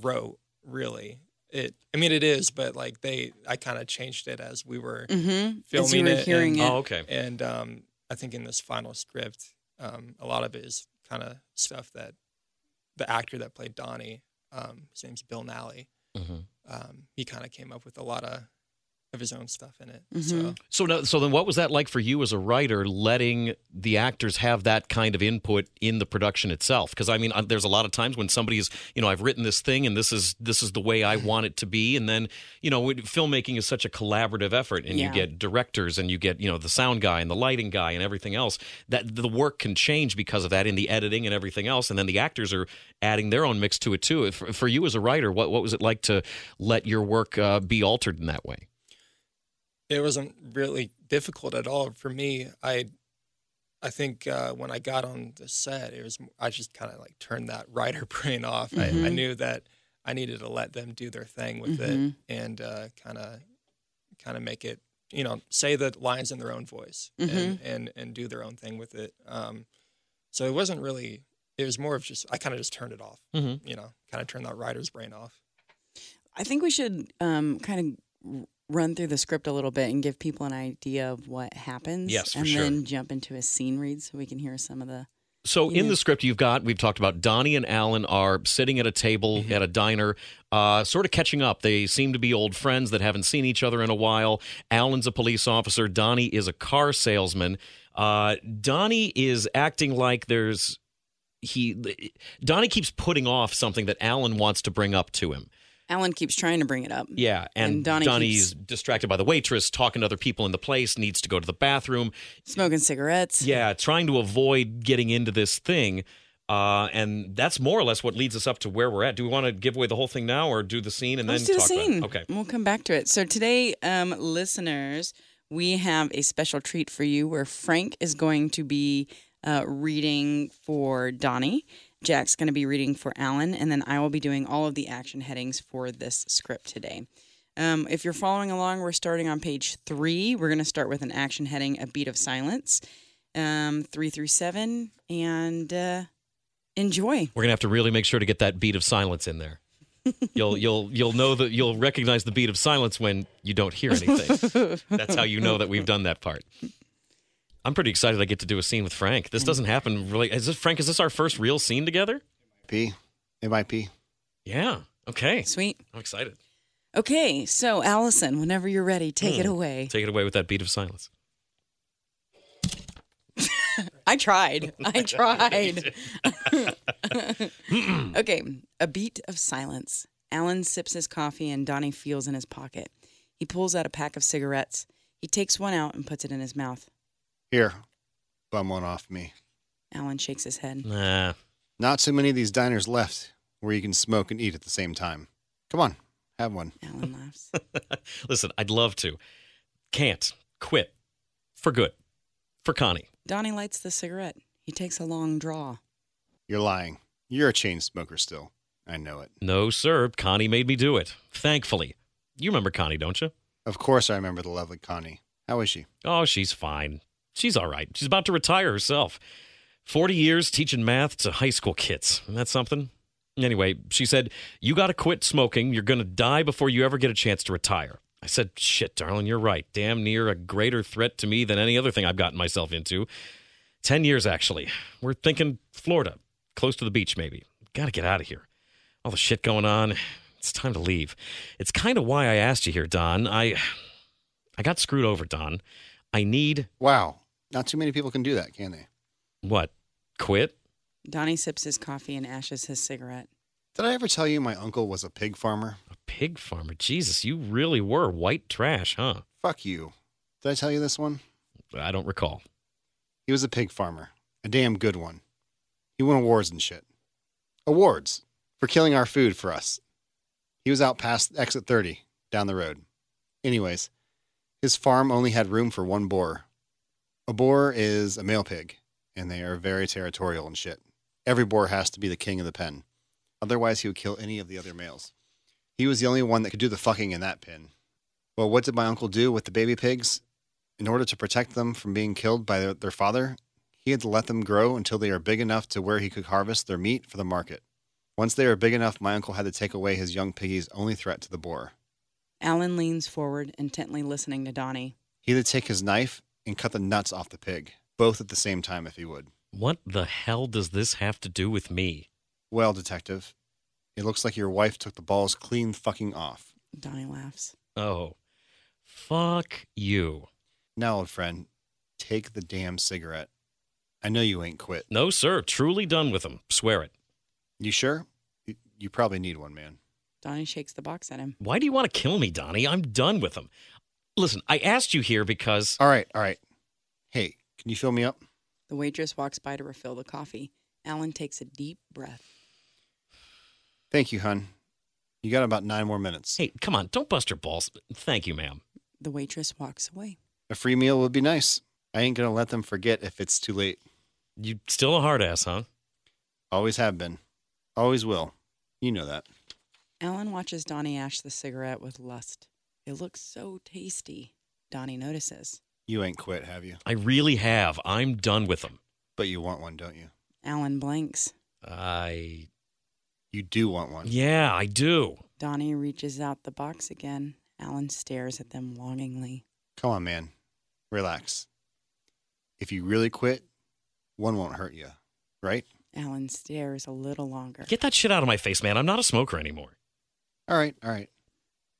[SPEAKER 3] wrote really. It I mean it is, but like they I kind of changed it as we were
[SPEAKER 2] hmm As you
[SPEAKER 3] Filming
[SPEAKER 2] were
[SPEAKER 3] it and-
[SPEAKER 2] hearing it,
[SPEAKER 1] Oh, okay.
[SPEAKER 3] and um I think in this final script um a lot of it is kind of stuff that the actor that played Donnie um his name's Bill Nally
[SPEAKER 1] Mhm.
[SPEAKER 3] um he kind of came up with a lot of of his own stuff in it. So
[SPEAKER 2] Mhm.
[SPEAKER 1] So now, so then, what was that like for you as a writer, letting the actors have that kind of input in the production itself? Because I mean, uh, there's a lot of times when somebody is, you know, I've written this thing and this is this is the way I want it to be, and then you know, when- filmmaking is such a collaborative effort, and
[SPEAKER 2] Yeah.
[SPEAKER 1] you get directors and you get you know the sound guy and the lighting guy and everything else. That the work can change because of that in the editing and everything else, and then the actors are adding their own mix to it too. If- For, you as a writer, what what was it like to let your work uh, be altered in that way?
[SPEAKER 3] it wasn't really difficult at all for me. I, I think uh, when I got on the set, it was I just kind of like turned that writer brain off. I, I
[SPEAKER 2] Mhm.
[SPEAKER 3] knew that I needed to let them do their thing with it
[SPEAKER 2] Mhm.
[SPEAKER 3] and kind of, kind of make it, you know, say the lines in their own voice and, and and do their own thing with it. Um, so it wasn't really. It was more of just I kind of just turned it off.
[SPEAKER 1] Mm-hmm.
[SPEAKER 3] You know, kind of turned that writer's brain off.
[SPEAKER 2] I think we should um, kind of run through the script a little bit and give people an idea of what happens.
[SPEAKER 1] Yes, for
[SPEAKER 2] and
[SPEAKER 1] sure.
[SPEAKER 2] then jump into a scene read so we can hear some of the.
[SPEAKER 1] So
[SPEAKER 2] Yeah.
[SPEAKER 1] in the script you've got, we've talked about Donnie and Alan are sitting at a table
[SPEAKER 2] Mm-hmm.
[SPEAKER 1] at a diner, uh, sort of catching up. They seem to be old friends that haven't seen each other in a while. Alan's a police officer. Donnie is a car salesman. Uh, Donnie is acting like there's he. Donnie keeps putting off something that Alan wants to bring up to him.
[SPEAKER 2] Alan keeps trying to bring it up.
[SPEAKER 1] Yeah, and,
[SPEAKER 2] And Donnie
[SPEAKER 1] Donnie's distracted by the waitress, talking to other people in the place, needs to go to the bathroom.
[SPEAKER 2] Smoking cigarettes.
[SPEAKER 1] Yeah, trying to avoid getting into this thing. Uh, and that's more or less what leads us up to where we're at. Do we want to give away the whole thing now, or do the scene and
[SPEAKER 2] Let's
[SPEAKER 1] then
[SPEAKER 2] do the
[SPEAKER 1] talk about it?
[SPEAKER 2] scene.
[SPEAKER 1] Okay.
[SPEAKER 2] We'll come back to it. So today, um, listeners, we have a special treat for you where Frank is going to be uh, reading for Donnie. Jack's going to be reading for Alan, and then I will be doing all of the action headings for this script today. Um, if you're following along, we're starting on page three. We're going to start with an action heading, a beat of silence, um, three through seven, and uh, enjoy.
[SPEAKER 1] We're gonna have to really make sure to get that beat of silence in there. You'll you'll you'll know that you'll recognize the beat of silence when you don't hear anything. That's how you know that we've done that part. I'm pretty excited I get to do a scene with Frank. This doesn't happen really. Is this Frank? Is this our first real scene together?
[SPEAKER 4] P. It might be.
[SPEAKER 1] Yeah. Okay.
[SPEAKER 2] Sweet.
[SPEAKER 1] I'm excited.
[SPEAKER 2] Okay, so Allison, whenever you're ready, take
[SPEAKER 1] Hmm.
[SPEAKER 2] it away.
[SPEAKER 1] Take it away with that beat of silence.
[SPEAKER 2] I tried. I tried. okay, a beat of silence. Alan sips his coffee and Donnie feels in his pocket. He pulls out a pack of cigarettes. He takes one out and puts it in his mouth.
[SPEAKER 4] Here, bum one off me.
[SPEAKER 2] Alan shakes his head.
[SPEAKER 1] Nah.
[SPEAKER 4] Not too many of these diners left where you can smoke and eat at the same time. Come on, have one.
[SPEAKER 2] Alan laughs.
[SPEAKER 1] Listen, I'd love to. Can't. Quit. For good. For Connie.
[SPEAKER 2] Donnie lights the cigarette. He takes a long draw.
[SPEAKER 4] You're lying. You're a chain smoker still. I know it.
[SPEAKER 1] No, sir. Connie made me do it. Thankfully. You remember Connie, don't you?
[SPEAKER 4] Of course, I remember the lovely Connie. How is she?
[SPEAKER 1] Oh, she's fine. She's all right. She's about to retire herself. 40 years teaching math to high school kids. Isn't that something? Anyway, she said, You got to quit smoking. You're going to die before you ever get a chance to retire. I said, Shit, darling, you're right. Damn near a greater threat to me than any other thing I've gotten myself into. 10 years, actually. We're thinking Florida, close to the beach, maybe. Got to get out of here. All the shit going on. It's time to leave. It's kind of why I asked you here, Don. I. I got screwed over, Don. I need
[SPEAKER 4] Wow. Not too many people can do that, can they?
[SPEAKER 1] what? Quit?
[SPEAKER 2] Donnie sips his coffee and ashes his cigarette.
[SPEAKER 4] Did I ever tell you my uncle was a pig farmer?
[SPEAKER 1] A pig farmer? Jesus, you really were white trash, huh?
[SPEAKER 4] Fuck you. Did I tell you this one?
[SPEAKER 1] I don't recall.
[SPEAKER 4] He was a pig farmer, a damn good one. He won awards and shit. Awards for killing our food for us. He was out past exit 30 down the road. Anyways, his farm only had room for one boar. A boar is a male pig, and they are very territorial and shit. Every boar has to be the king of the pen. Otherwise, he would kill any of the other males. He was the only one that could do the fucking in that pen. Well, what did my uncle do with the baby pigs? in order to protect them from being killed by their, their father, he had to let them grow until they are big enough to where he could harvest their meat for the market. Once they were big enough, my uncle had to take away his young piggy's only threat to the boar.
[SPEAKER 2] Alan leans forward, intently listening to Donnie.
[SPEAKER 4] He had to take his knife and cut the nuts off the pig, both at the same time if he would.
[SPEAKER 1] What the hell does this have to do with me?
[SPEAKER 4] Well, detective, it looks like your wife took the balls clean fucking off.
[SPEAKER 2] Donnie laughs.
[SPEAKER 1] Oh, fuck you.
[SPEAKER 4] Now, old friend, take the damn cigarette. I know you ain't quit.
[SPEAKER 1] No, sir. Truly done with him. Swear it.
[SPEAKER 4] You sure? You, you probably need one, man.
[SPEAKER 2] Donnie shakes the box at him.
[SPEAKER 1] Why do you want to kill me, Donnie? I'm done with him. Listen, I asked you here because.
[SPEAKER 4] All right, all right. Hey, can you fill me up?
[SPEAKER 2] The waitress walks by to refill the coffee. Alan takes a deep breath.
[SPEAKER 4] Thank you, hun. You got about nine more minutes.
[SPEAKER 1] Hey, come on, don't bust your balls. Thank you, ma'am.
[SPEAKER 2] The waitress walks away.
[SPEAKER 4] A free meal would be nice. I ain't gonna let them forget if it's too late.
[SPEAKER 1] You still a hard ass, huh?
[SPEAKER 4] Always have been. Always will. You know that.
[SPEAKER 2] Alan watches Donnie ash the cigarette with lust. It looks so tasty. Donnie notices.
[SPEAKER 4] You ain't quit, have you?
[SPEAKER 1] I really have. I'm done with him.
[SPEAKER 4] But you want one, don't you?
[SPEAKER 2] Alan blinks.
[SPEAKER 1] I.
[SPEAKER 4] You do want one.
[SPEAKER 1] Yeah, I do.
[SPEAKER 2] Donnie reaches out the box again. Alan stares at them longingly.
[SPEAKER 4] Come on, man. Relax. If you really quit, one won't hurt you, right?
[SPEAKER 2] Alan stares a little longer.
[SPEAKER 1] Get that shit out of my face, man. I'm not a smoker anymore.
[SPEAKER 4] All right, all right.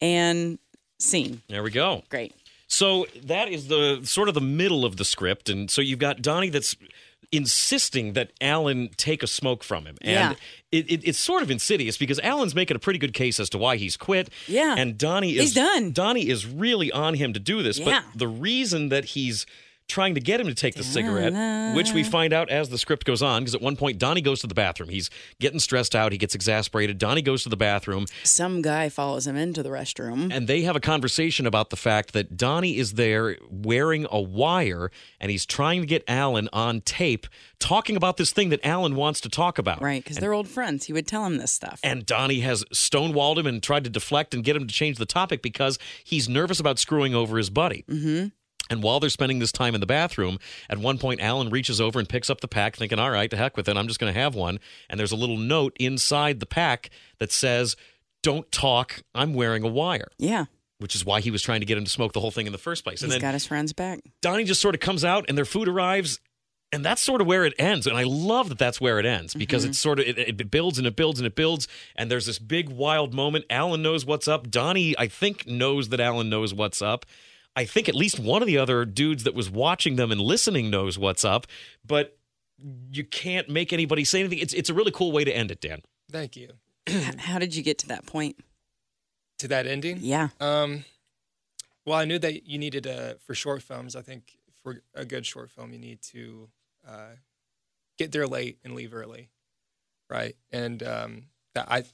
[SPEAKER 2] And scene.
[SPEAKER 1] There we go.
[SPEAKER 2] Great.
[SPEAKER 1] So that is the sort of the middle of the script, and so you've got Donnie that's insisting that Alan take a smoke from him, and it, it, it's sort of insidious because Alan's making a pretty good case as to why he's quit.
[SPEAKER 2] Yeah.
[SPEAKER 1] and Donnie is
[SPEAKER 2] He's done.
[SPEAKER 1] Donnie is really on him to do this,
[SPEAKER 2] Yeah.
[SPEAKER 1] but the reason that he's trying to get him to take the cigarette, which we find out as the script goes on. Because at one point, Donnie goes to the bathroom. He's getting stressed out. He gets exasperated. Donnie goes to the bathroom,
[SPEAKER 2] Some guy follows him into the restroom.
[SPEAKER 1] and they have a conversation about the fact that Donnie is there wearing a wire and he's trying to get Alan on tape talking about this thing that Alan wants to talk about.
[SPEAKER 2] Right, because they're old friends. He would tell him this stuff.
[SPEAKER 1] And Donnie has stonewalled him and tried to deflect and get him to change the topic because he's nervous about screwing over his buddy.
[SPEAKER 2] mm-hmm.
[SPEAKER 1] And while they're spending this time in the bathroom, at one point Alan reaches over and picks up the pack, thinking, all right, to heck with it, I'm just going to have one. And there's a little note inside the pack that says, don't talk, I'm wearing a wire,
[SPEAKER 2] Yeah,
[SPEAKER 1] which is why he was trying to get him to smoke the whole thing in the first place.
[SPEAKER 2] he's
[SPEAKER 1] And then
[SPEAKER 2] got his friends back.
[SPEAKER 1] Donnie just sort of comes out and their food arrives. And that's sort of where it ends. And I love that that's where it
[SPEAKER 2] Mm-hmm.
[SPEAKER 1] ends because it's sort of, it, it builds and it builds and it builds. And there's this big wild moment. Alan knows what's up. Donnie, I think, knows that Alan knows what's up. I think at least one of the other dudes that was watching them and listening knows what's up. But you can't make anybody say anything. It's, it's a really cool way to end it, Dan.
[SPEAKER 3] Thank you.
[SPEAKER 2] H- How did you get to that point?
[SPEAKER 3] To that ending?
[SPEAKER 2] Yeah,
[SPEAKER 3] Um, well, I knew that you needed a for short films. I think for a good short film, you need to uh, get there late and leave early, right? And um, that I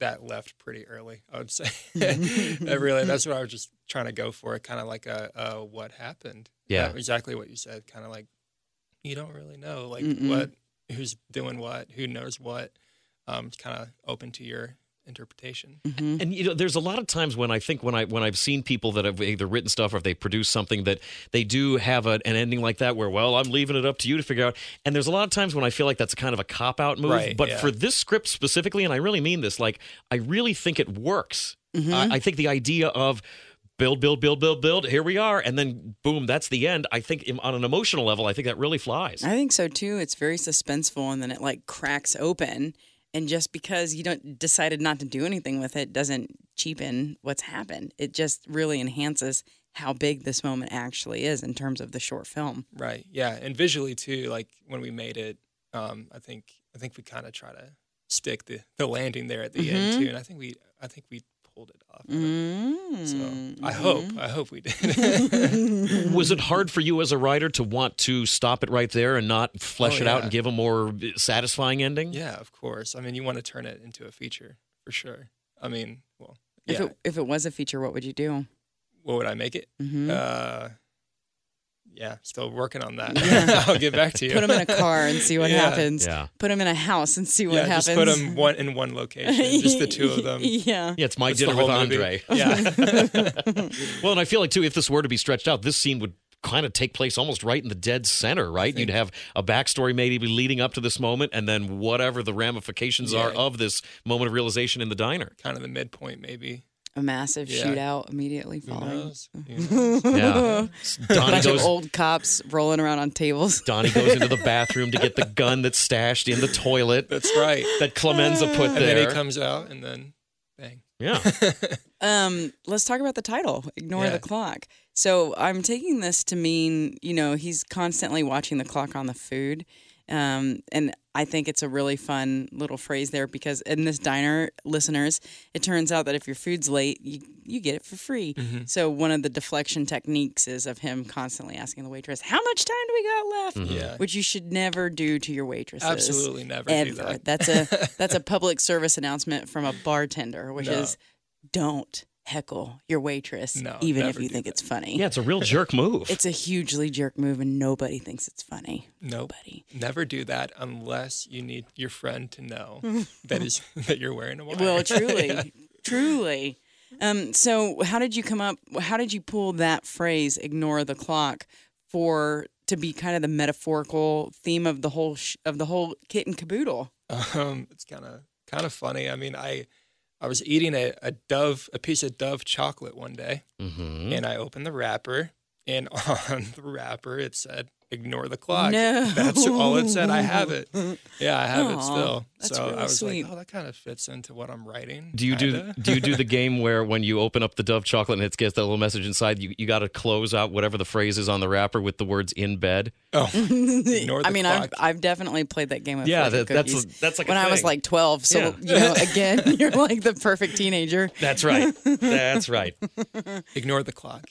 [SPEAKER 3] that left pretty early. I would say. I really, that's what I was just trying to go for. Kind of like a, a what happened.
[SPEAKER 1] Yeah.
[SPEAKER 3] Uh, exactly what you said. Kind of like you don't really know, like
[SPEAKER 2] Mm-mm.
[SPEAKER 3] what, who's doing what, who knows what. Um, it's kind of open to your interpretation.
[SPEAKER 2] hmm
[SPEAKER 1] And you know, there's a lot of times when I think when I when I've seen people that have either written stuff or if they produce something that they do have a, an ending like that where well I'm leaving it up to you to figure out. And there's a lot of times when I feel like that's a kind of a cop out move.
[SPEAKER 3] Right,
[SPEAKER 1] but
[SPEAKER 3] yeah.
[SPEAKER 1] for this script specifically, and I really mean this, like I really think it works.
[SPEAKER 3] Mm-hmm.
[SPEAKER 1] I, I think the idea of build, build, build, build, build. Here we are, and then boom, that's the end. I think im- on an emotional level, I think that really flies.
[SPEAKER 2] I think so too. It's very suspenseful, and then it like cracks open. And just because you don't decided not to do anything with it doesn't cheapen what's happened. It just really enhances how big this moment actually is in terms of the short film.
[SPEAKER 3] Right. Yeah, and visually too. Like when we made it, um, I think I think we kind of try to stick the, the landing there at the
[SPEAKER 2] Mm-hmm.
[SPEAKER 3] end too, and I think we I think we pulled it off.
[SPEAKER 2] Mm.
[SPEAKER 3] So I hope I hope we did.
[SPEAKER 1] Was it hard for you as a writer to want to stop it right there and not flesh
[SPEAKER 3] Oh,
[SPEAKER 1] it out
[SPEAKER 3] yeah.
[SPEAKER 1] and give a more satisfying ending?
[SPEAKER 3] yeah, of course. I mean, you want to turn it into a feature for sure. I mean, well,
[SPEAKER 2] If
[SPEAKER 3] yeah.
[SPEAKER 2] it if it was a feature, what would you do?
[SPEAKER 3] what would I make it?
[SPEAKER 2] Mm-hmm.
[SPEAKER 3] Uh, yeah, still working on that.
[SPEAKER 2] Yeah.
[SPEAKER 3] I'll get back to you.
[SPEAKER 2] Put them in a car and see what
[SPEAKER 3] Yeah.
[SPEAKER 2] happens.
[SPEAKER 1] Yeah.
[SPEAKER 2] Put them in a house and see what
[SPEAKER 3] yeah,
[SPEAKER 2] happens.
[SPEAKER 3] just put them one in one location, just the two of them.
[SPEAKER 2] yeah.
[SPEAKER 1] Yeah, it's my
[SPEAKER 3] It's the
[SPEAKER 1] dinner with
[SPEAKER 3] whole movie.
[SPEAKER 1] Andre.
[SPEAKER 3] Yeah.
[SPEAKER 1] well, and I feel like too, if this were to be stretched out, this scene would kind of take place almost right in the dead center, right? You'd have a backstory maybe leading up to this moment, and then whatever the ramifications are
[SPEAKER 3] Yeah.
[SPEAKER 1] of this moment of realization in the diner.
[SPEAKER 3] kind of the midpoint maybe.
[SPEAKER 2] A massive
[SPEAKER 3] Yeah.
[SPEAKER 2] shootout immediately
[SPEAKER 3] Who
[SPEAKER 2] following.
[SPEAKER 3] knows? Who knows?
[SPEAKER 1] Yeah, Donnie
[SPEAKER 2] Bunch of
[SPEAKER 1] goes.
[SPEAKER 2] old cops rolling around on tables.
[SPEAKER 1] Donnie goes into the bathroom to get the gun that's stashed in the toilet
[SPEAKER 3] That's right.
[SPEAKER 1] that Clemenza put
[SPEAKER 3] And then
[SPEAKER 1] there.
[SPEAKER 3] he comes out, and then bang.
[SPEAKER 1] yeah,
[SPEAKER 2] Um, let's talk about the title. Ignore
[SPEAKER 3] Yeah.
[SPEAKER 2] the clock. So I'm taking this to mean, you know, he's constantly watching the clock on the food. Um, and I think it's a really fun little phrase there because in this diner, listeners, it turns out that if your food's late, you, you get it for free.
[SPEAKER 3] Mm-hmm.
[SPEAKER 2] So one of the deflection techniques is of him constantly asking the waitress, How much time do we got
[SPEAKER 1] Mm-hmm.
[SPEAKER 2] left?
[SPEAKER 3] Yeah.
[SPEAKER 2] Which you should never do to your waitresses.
[SPEAKER 3] Mm. Absolutely never
[SPEAKER 2] Ever.
[SPEAKER 3] do that.
[SPEAKER 2] That's a that's a public service announcement from a bartender, which
[SPEAKER 3] No.
[SPEAKER 2] is don't heckle your waitress,
[SPEAKER 3] No,
[SPEAKER 2] even if
[SPEAKER 3] never
[SPEAKER 2] you
[SPEAKER 3] do
[SPEAKER 2] think
[SPEAKER 3] that.
[SPEAKER 2] it's funny.
[SPEAKER 1] yeah, it's a real jerk move.
[SPEAKER 2] It's a hugely jerk move, and nobody thinks it's funny.
[SPEAKER 3] Nope.
[SPEAKER 2] Nobody.
[SPEAKER 3] Never do that unless you need your friend to know that is that you're wearing a wire.
[SPEAKER 2] Well, truly, truly. Um, so, how did you come up? How did you pull that phrase "ignore the clock" for to be kind of the metaphorical theme of the whole sh- of the whole kit and caboodle?
[SPEAKER 3] um, it's kind of kind of funny. I mean, I I was eating a, a Dove a piece of Dove chocolate one day,
[SPEAKER 1] Mhm.
[SPEAKER 2] Mm-hmm.
[SPEAKER 3] and I opened the wrapper, and on the wrapper it said "Ignore the clock."
[SPEAKER 2] No.
[SPEAKER 3] That's all it said. I have it. Yeah, I have it
[SPEAKER 2] Aw,
[SPEAKER 3] still.
[SPEAKER 2] that's
[SPEAKER 3] so
[SPEAKER 2] really
[SPEAKER 3] I was
[SPEAKER 2] sweet.
[SPEAKER 3] like, oh, that kind of fits into what I'm writing.
[SPEAKER 1] Do you do
[SPEAKER 3] kinda.
[SPEAKER 1] do you do the game where when you open up the Dove chocolate and it gets that little message inside, you, you got to close out whatever the phrase is on the wrapper with the words "in bed"?
[SPEAKER 3] Oh,
[SPEAKER 2] I
[SPEAKER 3] the
[SPEAKER 2] mean, I've,
[SPEAKER 3] clock.
[SPEAKER 2] I've definitely played that game. Of
[SPEAKER 1] Yeah,
[SPEAKER 2] Flick
[SPEAKER 1] that,
[SPEAKER 2] of
[SPEAKER 1] that's
[SPEAKER 2] Cookies
[SPEAKER 1] a, that's like a
[SPEAKER 2] when I was
[SPEAKER 1] thing.
[SPEAKER 2] like twelve. So
[SPEAKER 1] Yeah.
[SPEAKER 2] you know, again, you're like the perfect teenager.
[SPEAKER 1] that's right, that's right.
[SPEAKER 3] ignore the clock.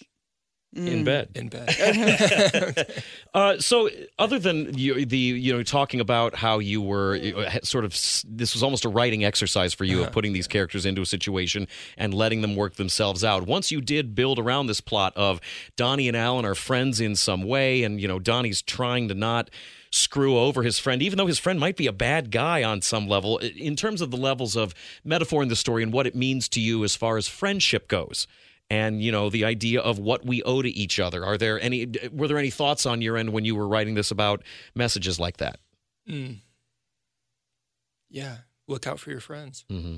[SPEAKER 1] in bed.
[SPEAKER 3] in
[SPEAKER 2] Uh-huh.
[SPEAKER 3] bed.
[SPEAKER 1] Uh, so, other than you, the you know talking about how you were you know, had sort of s- this was almost a writing exercise for you of putting these characters into a situation and letting them work themselves out. Once you did build around this plot of Donnie and Alan are friends in some way, and you know Donnie's trying to not screw over his friend, even though his friend might be a bad guy on some level. i- In terms of the levels of metaphor in the story and what it means to you as far as friendship goes and you know the idea of what we owe to each other are there any were there any thoughts on your end when you were writing this about messages like that
[SPEAKER 3] Mm. Yeah, look out for your friends.
[SPEAKER 1] mm-hmm.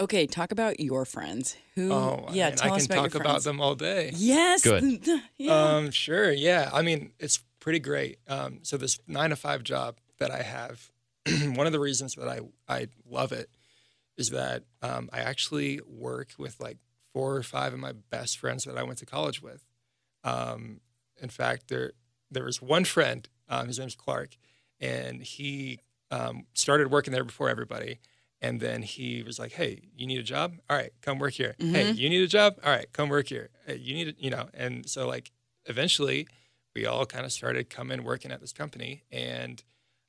[SPEAKER 2] Okay, talk about your friends. Who?
[SPEAKER 3] Oh,
[SPEAKER 2] yeah,
[SPEAKER 3] I, mean,
[SPEAKER 2] tell
[SPEAKER 3] I
[SPEAKER 2] us
[SPEAKER 3] can
[SPEAKER 2] about your
[SPEAKER 3] talk about
[SPEAKER 2] friends.
[SPEAKER 3] them all day.
[SPEAKER 2] Yes.
[SPEAKER 1] Good.
[SPEAKER 2] yeah.
[SPEAKER 3] Um, sure. Yeah. I mean, it's pretty great. Um, so this nine to five job that I have, one of the reasons that I I love it is that um, I actually work with like four or five of my best friends that I went to college with. Um, in fact, there there was one friend. Um, his name's Clark, and he um, started working there before everybody. And then he was like, "Hey, you need a job? All right, come work here. Hey, you need a job? All right, come work here. Hey, you need, a, you know." And so like eventually, we all kind of started coming working at this company, and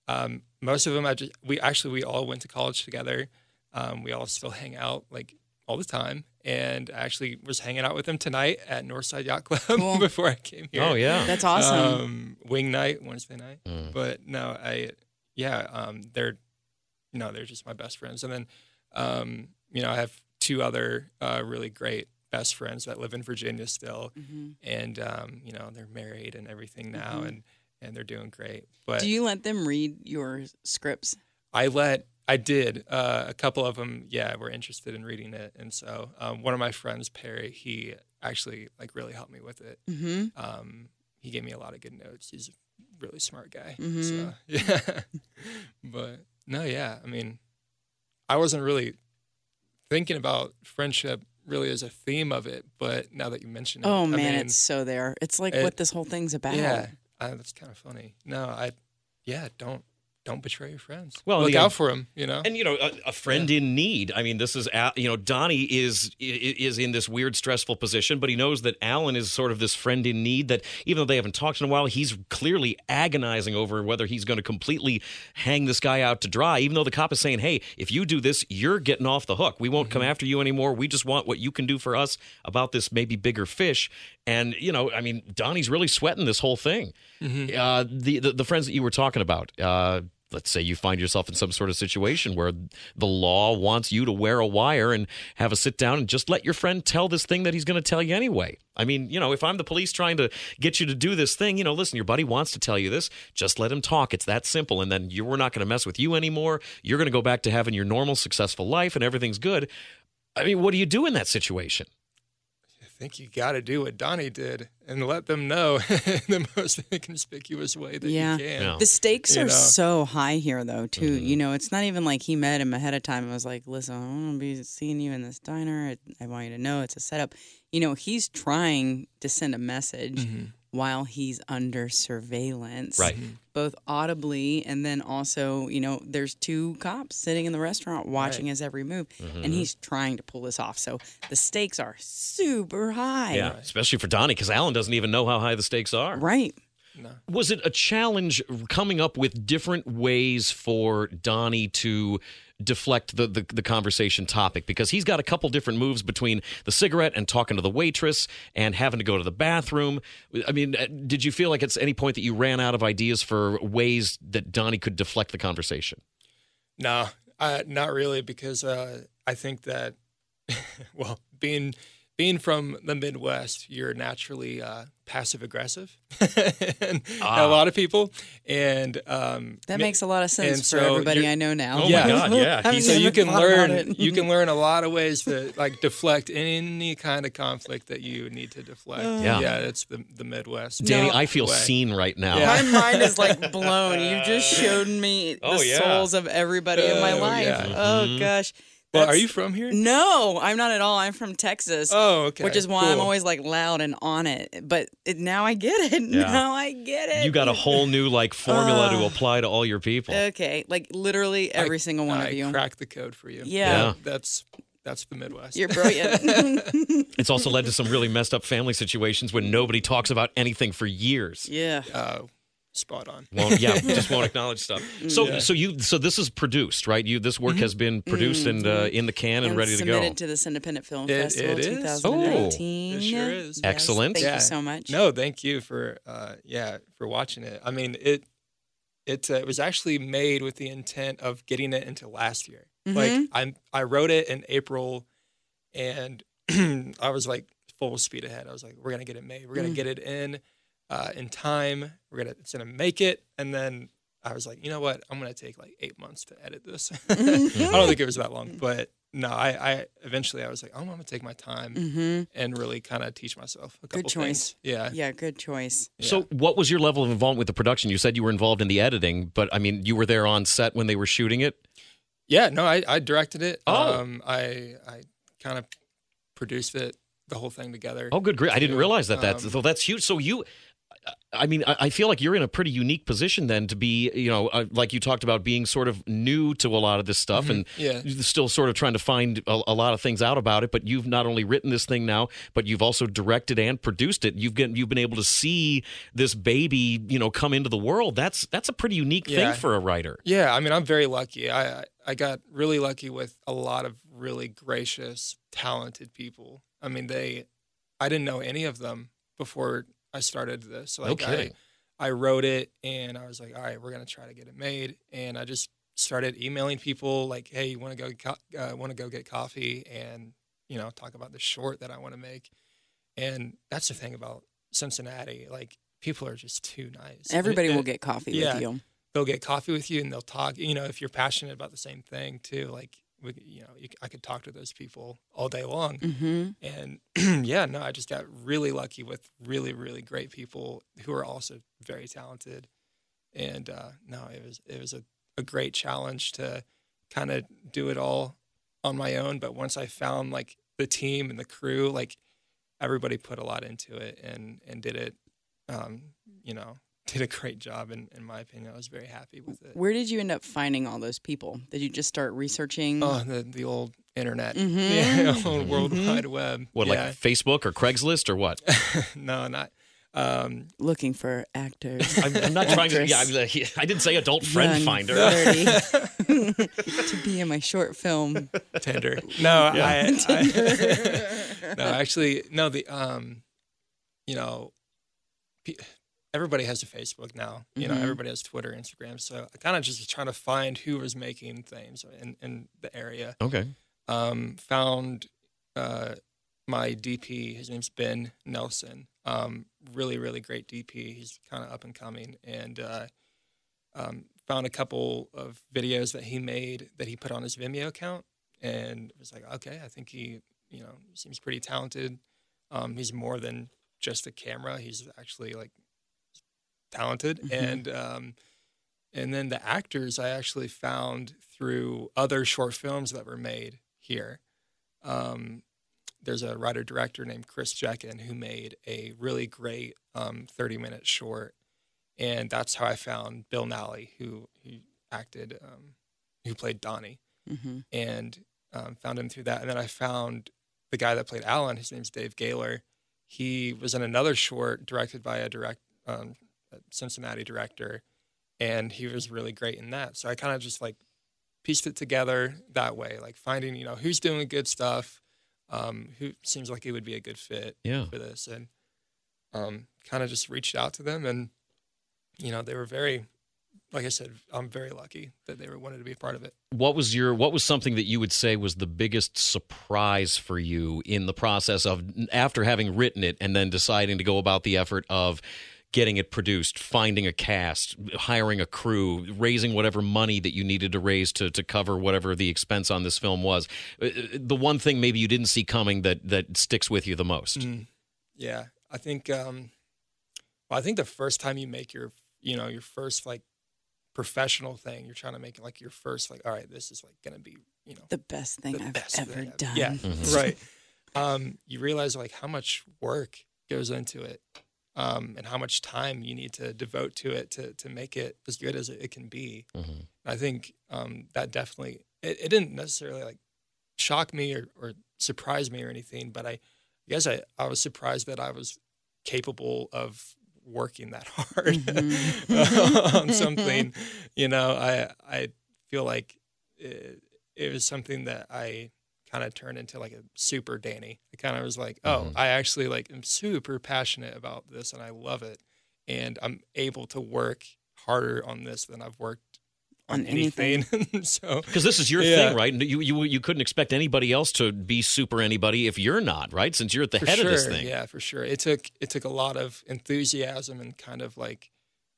[SPEAKER 3] um, most of them, I just we actually we all went to college together. Um, we all still hang out like all the time, and I actually was hanging out with them tonight at Northside Yacht Club
[SPEAKER 2] Cool.
[SPEAKER 3] before I came here.
[SPEAKER 1] oh yeah
[SPEAKER 2] That's awesome.
[SPEAKER 3] Um, wing night Wednesday night,
[SPEAKER 1] Mm.
[SPEAKER 3] but no, I yeah, um, they're you know they're just my best friends, and then um, you know I have two other uh, really great best friends that live in Virginia still,
[SPEAKER 2] Mhm.
[SPEAKER 3] and um, you know they're married and everything now,
[SPEAKER 2] Mhm.
[SPEAKER 3] and and they're doing great. But
[SPEAKER 2] Do you let them read your scripts?
[SPEAKER 3] I let I did uh, a couple of them. Yeah, were interested in reading it, and so um, one of my friends, Perry, he actually like really helped me with it.
[SPEAKER 2] Mm-hmm.
[SPEAKER 3] Um, he gave me a lot of good notes. He's a really smart guy. So,
[SPEAKER 2] Mhm.
[SPEAKER 3] yeah, but no, yeah. I mean, I wasn't really thinking about friendship really as a theme of it, but now that you mention it,
[SPEAKER 2] Oh
[SPEAKER 3] I
[SPEAKER 2] man,
[SPEAKER 3] mean,
[SPEAKER 2] it's so there. It's like
[SPEAKER 3] it-
[SPEAKER 2] what this whole thing's about.
[SPEAKER 3] yeah, I, that's kind of funny. No, I, yeah, don't don't betray your friends.
[SPEAKER 1] Well,
[SPEAKER 3] look
[SPEAKER 1] yeah.
[SPEAKER 3] out for them. You know.
[SPEAKER 1] and you know a, a friend in need i mean this is Al- you know donnie is i- is in this weird stressful position but he knows that alan is sort of this friend in need that even though they haven't talked in a while he's clearly agonizing over whether he's going to completely hang this guy out to dry even though the cop is saying hey if you do this you're getting off the hook we won't come after you anymore we just want what you can do for us about this maybe bigger fish and you know i mean donnie's really sweating this whole thing uh, the, the the friends that you were talking about. Uh, let's say you find yourself in some sort of situation where the law wants you to wear a wire and have a sit down and just let your friend tell this thing that he's going to tell you anyway. I mean, you know, if I'm the police trying to get you to do this thing, you know, listen, your buddy wants to tell you this, just let him talk. It's that simple. And then you, we're not going to mess with you anymore. You're going to go back to having your normal, successful life and everything's good. I mean, what do you do in that situation?
[SPEAKER 3] I think you got to do what Donnie did and let them know in the most inconspicuous way that
[SPEAKER 2] Yeah.
[SPEAKER 3] you can.
[SPEAKER 1] Yeah.
[SPEAKER 2] The stakes
[SPEAKER 3] You
[SPEAKER 2] are
[SPEAKER 3] know.
[SPEAKER 2] so high here, though. Too,
[SPEAKER 1] Mm-hmm.
[SPEAKER 2] you know, it's not even like he met him ahead of time and was like, "Listen, I'm gonna be seeing you in this diner. I, I want you to know it's a setup." You know, he's trying to send a message while he's under surveillance,
[SPEAKER 1] Mm-hmm. Right.
[SPEAKER 3] Mm-hmm.
[SPEAKER 2] Both audibly and then also, you know, there's two cops sitting in the restaurant watching
[SPEAKER 3] Right.
[SPEAKER 2] his every move,
[SPEAKER 1] Mm-hmm.
[SPEAKER 2] and he's trying to pull this off. So the stakes are super high,
[SPEAKER 1] Yeah. Especially for Donnie, because Alan doesn't even know how high the stakes are.
[SPEAKER 2] right?
[SPEAKER 1] was it a challenge coming up with different ways for Donnie to deflect the, the, the conversation topic? Because he's got a couple different moves between the cigarette and talking to the waitress and having to go to the bathroom. I mean, uh, did you feel like at any point that you ran out of ideas for ways that Donnie could deflect the conversation?
[SPEAKER 3] No, uh, not really, because uh, I think that, well, being being from the Midwest, you're naturally uh, passive aggressive, and
[SPEAKER 1] Ah.
[SPEAKER 3] a lot of people, and um,
[SPEAKER 2] That
[SPEAKER 3] ma-
[SPEAKER 2] makes a lot of
[SPEAKER 3] and
[SPEAKER 2] sense for
[SPEAKER 3] so
[SPEAKER 2] everybody
[SPEAKER 3] you're-
[SPEAKER 2] I know
[SPEAKER 1] Oh
[SPEAKER 2] now.
[SPEAKER 1] my Yeah. God, yeah.
[SPEAKER 2] I
[SPEAKER 1] He-
[SPEAKER 3] so
[SPEAKER 2] haven't
[SPEAKER 3] you
[SPEAKER 2] even
[SPEAKER 3] can
[SPEAKER 2] thought about
[SPEAKER 3] learn
[SPEAKER 2] it.
[SPEAKER 3] you can learn a lot of ways to like deflect any kind of conflict that you need to deflect.
[SPEAKER 2] Uh.
[SPEAKER 1] Yeah.
[SPEAKER 3] yeah, it's the the Midwest.
[SPEAKER 1] Danny, I feel
[SPEAKER 3] Way.
[SPEAKER 1] seen right now.
[SPEAKER 3] Yeah.
[SPEAKER 2] My mind is like blown. You just showed me
[SPEAKER 1] Oh,
[SPEAKER 2] the
[SPEAKER 1] yeah.
[SPEAKER 2] souls of everybody in my
[SPEAKER 3] Oh,
[SPEAKER 2] life.
[SPEAKER 3] yeah.
[SPEAKER 2] Oh gosh.
[SPEAKER 3] Well, are
[SPEAKER 2] That's-
[SPEAKER 3] you from here?
[SPEAKER 2] No, I'm not at all. I'm from Texas.
[SPEAKER 3] Oh, okay.
[SPEAKER 2] Which is why I'm
[SPEAKER 3] cool.
[SPEAKER 2] always like loud and on it. But it, now I get it.
[SPEAKER 1] Yeah.
[SPEAKER 2] Now I get it.
[SPEAKER 1] You got a whole new like formula to apply to all your people.
[SPEAKER 2] Uh. Okay. Like literally every single one
[SPEAKER 3] I
[SPEAKER 2] of you.
[SPEAKER 3] cracked the code for you.
[SPEAKER 2] Yeah.
[SPEAKER 1] Yeah.
[SPEAKER 3] That's That's the Midwest.
[SPEAKER 2] You're brilliant.
[SPEAKER 1] It's also led to some really messed up family situations when nobody talks about anything for years.
[SPEAKER 2] yeah.
[SPEAKER 3] uh, spot on.
[SPEAKER 1] Won't, yeah, just won't acknowledge stuff. So,
[SPEAKER 3] Yeah.
[SPEAKER 1] so you, so this is produced, right? You, this work has been produced and uh, in the can and, ready to go.
[SPEAKER 2] submitted to this Independent Film
[SPEAKER 3] It-
[SPEAKER 2] Festival
[SPEAKER 3] it is?
[SPEAKER 2] 2019.
[SPEAKER 3] Oh, it sure is.
[SPEAKER 2] Yes,
[SPEAKER 1] Excellent.
[SPEAKER 2] Thank
[SPEAKER 3] Yeah.
[SPEAKER 2] you so much.
[SPEAKER 3] No, thank you for uh, yeah for watching it. I mean it it uh, was actually made with the intent of getting it into last year. Like
[SPEAKER 2] Mhm.
[SPEAKER 3] I I wrote it in April, and I was like full speed ahead. I was like, we're gonna get it made. We're gonna
[SPEAKER 2] Mm.
[SPEAKER 3] get it in uh, in time. We're gonna it's gonna make it. And then I was like, you know what? I'm gonna take like eight months to edit this. I
[SPEAKER 2] Mm-hmm.
[SPEAKER 3] don't think it was that long, but no, I, I eventually I was like, oh, I'm gonna take my time
[SPEAKER 2] hmm
[SPEAKER 3] and really kind of teach myself a couple
[SPEAKER 2] Good choice.
[SPEAKER 3] things. Yeah.
[SPEAKER 2] Yeah, good choice.
[SPEAKER 1] So, what was your level of involvement with the production? You said you were involved in the editing, but I mean, you were there on set when they were shooting it.
[SPEAKER 3] Yeah, no, I, I directed it.
[SPEAKER 1] Oh.
[SPEAKER 3] Um, I I kind of produced it, the whole thing together.
[SPEAKER 1] Oh, good grief! I didn't
[SPEAKER 3] Yeah.
[SPEAKER 1] realize that. That's
[SPEAKER 3] Um,
[SPEAKER 1] so that's huge. So you, I mean, I I feel like you're in a pretty unique position then to be, you know, uh, like you talked about being sort of new to a lot of this stuff and
[SPEAKER 3] Yeah.
[SPEAKER 1] you're still sort of trying to find a, a lot of things out about it. But you've not only written this thing now, but you've also directed and produced it. You've get, you've been able to see this baby, you know, come into the world. That's that's a pretty unique
[SPEAKER 3] Yeah.
[SPEAKER 1] thing for a writer.
[SPEAKER 3] Yeah, I mean, I'm very lucky. I I- I got really lucky with a lot of really gracious, talented people. I mean, they I didn't know any of them before I started this. Like,
[SPEAKER 1] no kidding.
[SPEAKER 3] I, I wrote it and I was like, all right, we're gonna try to get it made. And I just started emailing people like, hey, you want to go get co- uh, want to go get coffee and you know talk about the short that I want to make. And that's the thing about Cincinnati, like people are just too nice. And-
[SPEAKER 2] Everybody will
[SPEAKER 3] and-
[SPEAKER 2] get coffee
[SPEAKER 3] yeah.
[SPEAKER 2] with you.
[SPEAKER 3] they'll get coffee with you and they'll talk. You know, if you're passionate about the same thing too, like we, you know, you, c- I could talk to those people all day long.
[SPEAKER 2] hmm
[SPEAKER 3] And yeah, no, I just got really lucky with really, really great people who are also very talented. And uh, no, it was it was a, a great challenge to kind of do it all on my own. But once I found like the team and the crew, like everybody put a lot into it and and did it, um, you know, did a great job. And in my opinion, I was very happy with it.
[SPEAKER 2] Where did you end up finding all those people? Did you just start researching?
[SPEAKER 3] Oh, the the old internet,
[SPEAKER 2] Mhm.
[SPEAKER 3] yeah, old World
[SPEAKER 2] Mhm.
[SPEAKER 3] Wide Web.
[SPEAKER 1] What
[SPEAKER 3] Yeah.
[SPEAKER 1] like Facebook or Craigslist or what?
[SPEAKER 3] no, not. Um,
[SPEAKER 2] Looking for actors.
[SPEAKER 1] I'm, I'm not trying to.
[SPEAKER 2] Actress.
[SPEAKER 1] Yeah, I'm, uh, I didn't say adult friend
[SPEAKER 2] young,
[SPEAKER 1] finder.
[SPEAKER 2] 30, to be in my short film.
[SPEAKER 3] Tinder. No,
[SPEAKER 1] Yeah.
[SPEAKER 3] I, I no actually no the um, you know, pe- everybody has a Facebook now. You
[SPEAKER 2] Mhm.
[SPEAKER 3] know, everybody has Twitter, Instagram. So I kind of just trying to find who was making things in in the area.
[SPEAKER 1] Okay.
[SPEAKER 3] Um, found uh, my DP. His name's Ben Nelson. Um, really really great DP. He's kind of up and coming and. Uh, um, found a couple of videos that he made that he put on his Vimeo account and was like, okay, I think he, you know, seems pretty talented. Um, he's more than just a camera. He's actually like talented.
[SPEAKER 2] Mhm.
[SPEAKER 3] And, um, and then the actors I actually found through other short films that were made here. Um, there's a writer director named Chris Jekin who made a really great um, 30 minute short and that's how I found Bill Nally, who who acted, um, who played Donnie,
[SPEAKER 2] hmm
[SPEAKER 3] and um, found him through that. And then I found the guy that played Alan. His name's Dave Gaylor. He was in another short directed by a direct um, a Cincinnati director, and he was really great in that. So I kind of just like pieced it together that way, like finding you know who's doing good stuff, um, who seems like he would be a good fit,
[SPEAKER 1] Yeah.
[SPEAKER 3] for this and um, kind of just reached out to them and you know they were very like i said i'm very lucky that they were wanted to be a part of it
[SPEAKER 1] What was your What was something that you would say was the biggest surprise for you in the process of after having written it and then deciding to go about the effort of getting it produced, finding a cast, hiring a crew, raising whatever money that you needed to raise to to cover whatever the expense on this film was? Uh, uh, The one thing maybe you didn't see coming that that sticks with you the most.
[SPEAKER 3] Mm. yeah i think um well i think the first time you make your you know your first like professional thing you're trying to make like your first like all right this is like gonna be you know
[SPEAKER 2] The best thing
[SPEAKER 3] the
[SPEAKER 2] I've
[SPEAKER 3] best
[SPEAKER 2] ever
[SPEAKER 3] thing I've-
[SPEAKER 2] done.
[SPEAKER 3] Yeah,
[SPEAKER 1] Mhm.
[SPEAKER 3] right. Um, you realize like how much work goes into it, um, and how much time you need to devote to it to to make it as good as it, it can be.
[SPEAKER 1] Mhm.
[SPEAKER 3] I think um, that definitely it, it didn't necessarily like shock me or, or surprise me or anything, but I, I guess I, I was surprised that I was capable of working that hard on something. You know, I I feel like it, it was something that I kind of turned into like a super Danny. I kind of was like, oh,
[SPEAKER 1] Mhm.
[SPEAKER 3] I actually like am super passionate about this and I love it, and I'm able to work harder on this than I've worked on,
[SPEAKER 2] On anything.
[SPEAKER 3] anything. so
[SPEAKER 1] Because this is your
[SPEAKER 3] Yeah.
[SPEAKER 1] thing, right? And You, you you couldn't expect anybody else to be super anybody if you're not, right? Since you're at the
[SPEAKER 3] for
[SPEAKER 1] head
[SPEAKER 3] sure,
[SPEAKER 1] of this thing.
[SPEAKER 3] Yeah, for sure. It took it took a lot of enthusiasm and kind of like,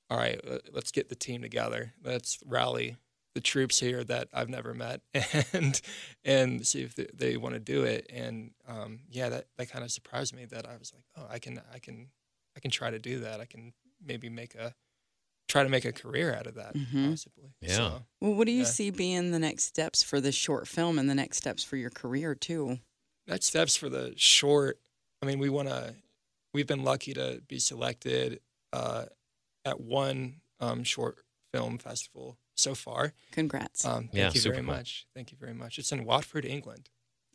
[SPEAKER 3] all right, uh, let's get the team together. Let's rally the troops here that I've never met and and see if they, they want to do it. And um, yeah, that that kind of surprised me that I was like, oh, I can I can I can try to do that. I can maybe make a try to make a career out of that
[SPEAKER 2] Mhm.
[SPEAKER 3] possibly.
[SPEAKER 1] Yeah.
[SPEAKER 3] So,
[SPEAKER 2] Well, what do you
[SPEAKER 3] Yeah.
[SPEAKER 2] see being the next steps for this short film and the next steps for your career too?
[SPEAKER 3] next steps for the short i mean we want to we've been lucky to be selected uh, at one um, short film festival so far
[SPEAKER 2] Congrats.
[SPEAKER 3] um, thank
[SPEAKER 1] Yeah,
[SPEAKER 3] you
[SPEAKER 1] super
[SPEAKER 3] very
[SPEAKER 1] cool.
[SPEAKER 3] much thank you very much it's in watford england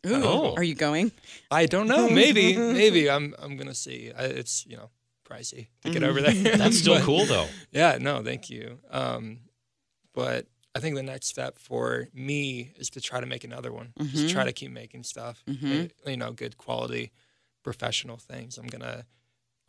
[SPEAKER 2] Ooh,
[SPEAKER 1] oh.
[SPEAKER 2] are you going?
[SPEAKER 3] i don't know maybe maybe i'm i'm gonna see I, it's you know pricey to get over there
[SPEAKER 1] Mm-hmm. That's still
[SPEAKER 3] But-
[SPEAKER 1] cool, though.
[SPEAKER 3] yeah no thank you um, but i think the next step for me is to try to make another one
[SPEAKER 2] Mhm.
[SPEAKER 3] just try to keep making stuff
[SPEAKER 2] Mhm.
[SPEAKER 3] uh, you know good quality professional things i'm gonna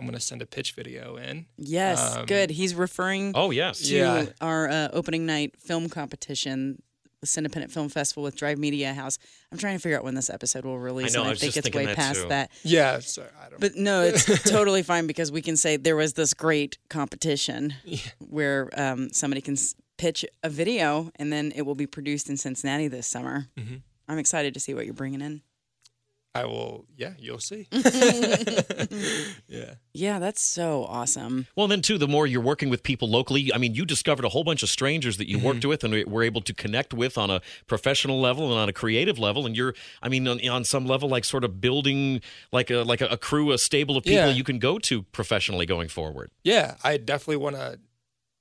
[SPEAKER 3] i'm gonna send a pitch video in
[SPEAKER 2] Yes,
[SPEAKER 3] Um,
[SPEAKER 2] good. He's referring
[SPEAKER 1] Oh, yes.
[SPEAKER 2] to
[SPEAKER 3] yeah.
[SPEAKER 2] our uh, opening night film competition, this independent film festival with Drive Media House. I'm trying to figure out when this episode will release,
[SPEAKER 1] know,
[SPEAKER 2] and I,
[SPEAKER 1] I was
[SPEAKER 2] think
[SPEAKER 1] just
[SPEAKER 2] it's
[SPEAKER 1] thinking
[SPEAKER 2] way
[SPEAKER 1] that
[SPEAKER 2] past
[SPEAKER 1] too.
[SPEAKER 2] that.
[SPEAKER 3] yeah so i don't
[SPEAKER 2] But no, it's totally fine because we can say there was this great competition where um, somebody can s- pitch a video and then it will be produced in Cincinnati this summer.
[SPEAKER 1] Mm-hmm.
[SPEAKER 3] Mhm.
[SPEAKER 2] I'm excited to see what you're bringing in.
[SPEAKER 3] i will yeah you'll see yeah
[SPEAKER 2] Yeah, that's so awesome.
[SPEAKER 1] Well, then too, the more you're working with people locally, I mean, you discovered a whole bunch of strangers that you
[SPEAKER 3] Mm-hmm.
[SPEAKER 1] worked with and were able to connect with on a professional level and on a creative level, and you're, I mean, on, on some level, like sort of building like a like a, a crew, a stable of people
[SPEAKER 3] Yeah.
[SPEAKER 1] you can go to professionally going forward.
[SPEAKER 3] yeah i definitely want to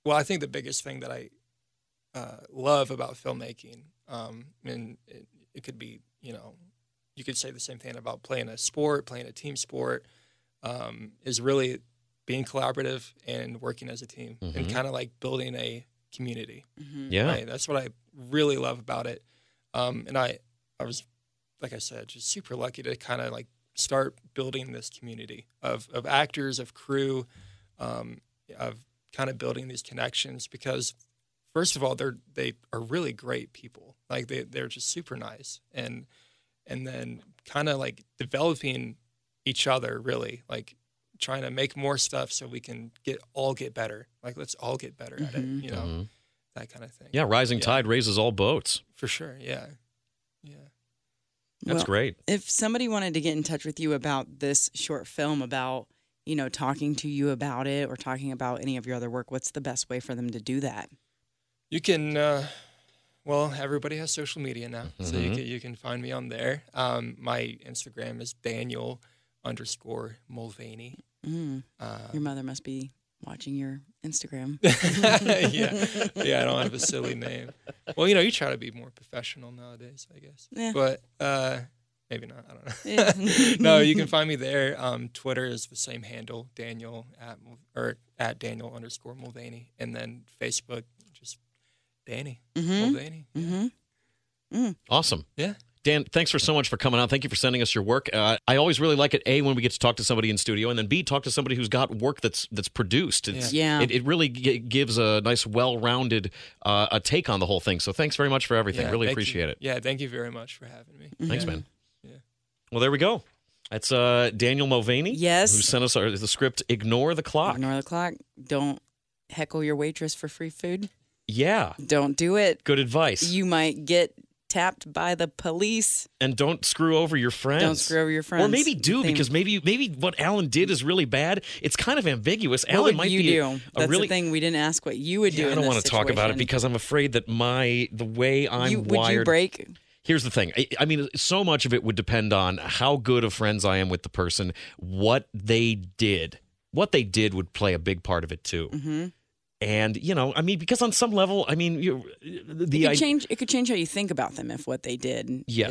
[SPEAKER 3] well i think the biggest thing that i uh, love about filmmaking um, and it, it could be you know you could say the same thing about playing a sport playing a team sport um, is really being collaborative and working as a team and
[SPEAKER 1] Mhm.
[SPEAKER 3] kind of like building a community
[SPEAKER 2] Mhm.
[SPEAKER 1] Yeah.
[SPEAKER 3] Mm, Right. That's what I really love about it. Um, and I, I was, like I said, just super lucky to kind of like start building this community of, of actors, of crew, um, of kind of building these connections because first of all, they're, they are really great people. Like they, they're just super nice. And, and then kind of like developing each other really like trying to make more stuff so we can get all get better. Like let's all get better at
[SPEAKER 2] Mhm.
[SPEAKER 3] it, you know,
[SPEAKER 1] Mhm.
[SPEAKER 3] that kind of thing.
[SPEAKER 1] Yeah, rising
[SPEAKER 3] Yeah.
[SPEAKER 1] tide raises all boats.
[SPEAKER 3] For sure. Yeah. Yeah.
[SPEAKER 1] That's
[SPEAKER 2] Well,
[SPEAKER 1] great.
[SPEAKER 2] If somebody wanted to get in touch with you about this short film, about you know talking to you about it or talking about any of your other work, what's the best way for them to do that?
[SPEAKER 3] You can, uh, well, everybody has social media now, so you
[SPEAKER 1] Mhm.
[SPEAKER 3] can, you can find me on there. Um, my Instagram is Daniel underscore Mulvaney.
[SPEAKER 2] Mm,
[SPEAKER 1] Uh,
[SPEAKER 2] your
[SPEAKER 3] Um,
[SPEAKER 2] mother must be watching your Instagram.
[SPEAKER 3] yeah. Yeah. I don't have a silly name. Well, you know, you try to be more professional nowadays, I guess.
[SPEAKER 2] Yeah.
[SPEAKER 3] But, uh, Maybe not. I don't know.
[SPEAKER 2] Yeah.
[SPEAKER 3] no, you can find me there. Um, Twitter is the same handle, Daniel at Mul- or at Daniel underscore Mulvaney, and then Facebook just Danny.
[SPEAKER 2] Mm-hmm.
[SPEAKER 3] Mulvaney.
[SPEAKER 2] Mm-hmm.
[SPEAKER 1] Awesome.
[SPEAKER 3] Yeah.
[SPEAKER 1] Dan, thanks for so much for coming on. Thank you for sending us your work. Uh, I always really like it. A when we get to talk to somebody in studio, and then B talk to somebody who's got work that's that's produced. It's,
[SPEAKER 2] Yeah.
[SPEAKER 1] It, it really g- gives a nice, well-rounded uh, a take on the whole thing. So thanks very much for everything.
[SPEAKER 3] Yeah,
[SPEAKER 1] really
[SPEAKER 3] thank you.
[SPEAKER 1] appreciate it.
[SPEAKER 3] Yeah, thank you very much for having me.
[SPEAKER 2] Mm-hmm.
[SPEAKER 1] Thanks,
[SPEAKER 3] Yeah.
[SPEAKER 1] man.
[SPEAKER 3] Yeah.
[SPEAKER 1] Well, there we go. That's uh, Daniel Mulvaney.
[SPEAKER 2] Yes.
[SPEAKER 1] Who sent us our, the script? Ignore the clock.
[SPEAKER 2] Ignore the clock. Don't heckle your waitress for free food.
[SPEAKER 1] Yeah.
[SPEAKER 2] Don't do it.
[SPEAKER 1] Good advice.
[SPEAKER 2] Mm-hmm. You might get tapped by the police.
[SPEAKER 1] and don't screw over your friends.
[SPEAKER 2] Don't screw over your friends.
[SPEAKER 1] Or maybe do
[SPEAKER 2] Thing.
[SPEAKER 1] because maybe maybe what Alan did is really bad. It's kind of ambiguous.
[SPEAKER 2] What
[SPEAKER 1] Alan
[SPEAKER 2] would
[SPEAKER 1] might
[SPEAKER 2] you
[SPEAKER 1] be
[SPEAKER 2] do?
[SPEAKER 1] a- a
[SPEAKER 2] That's
[SPEAKER 1] really
[SPEAKER 2] the thing. We didn't ask what you would do.
[SPEAKER 1] Yeah, I
[SPEAKER 2] in
[SPEAKER 1] don't
[SPEAKER 2] this
[SPEAKER 1] want to talk about it
[SPEAKER 2] situation.
[SPEAKER 1] because I'm afraid that my the way I'm
[SPEAKER 2] you, would
[SPEAKER 1] wired.
[SPEAKER 2] you break?
[SPEAKER 1] Here's the thing. I, I mean, so much of it would depend on how good of friends I am with the person, what they did. What they did would play a big part of it too.
[SPEAKER 2] Mm-hmm.
[SPEAKER 1] And you know, I mean, because on some level, I mean, you, the
[SPEAKER 2] it
[SPEAKER 1] idea.
[SPEAKER 2] could change it could change how you think about them if what they did
[SPEAKER 1] Yes.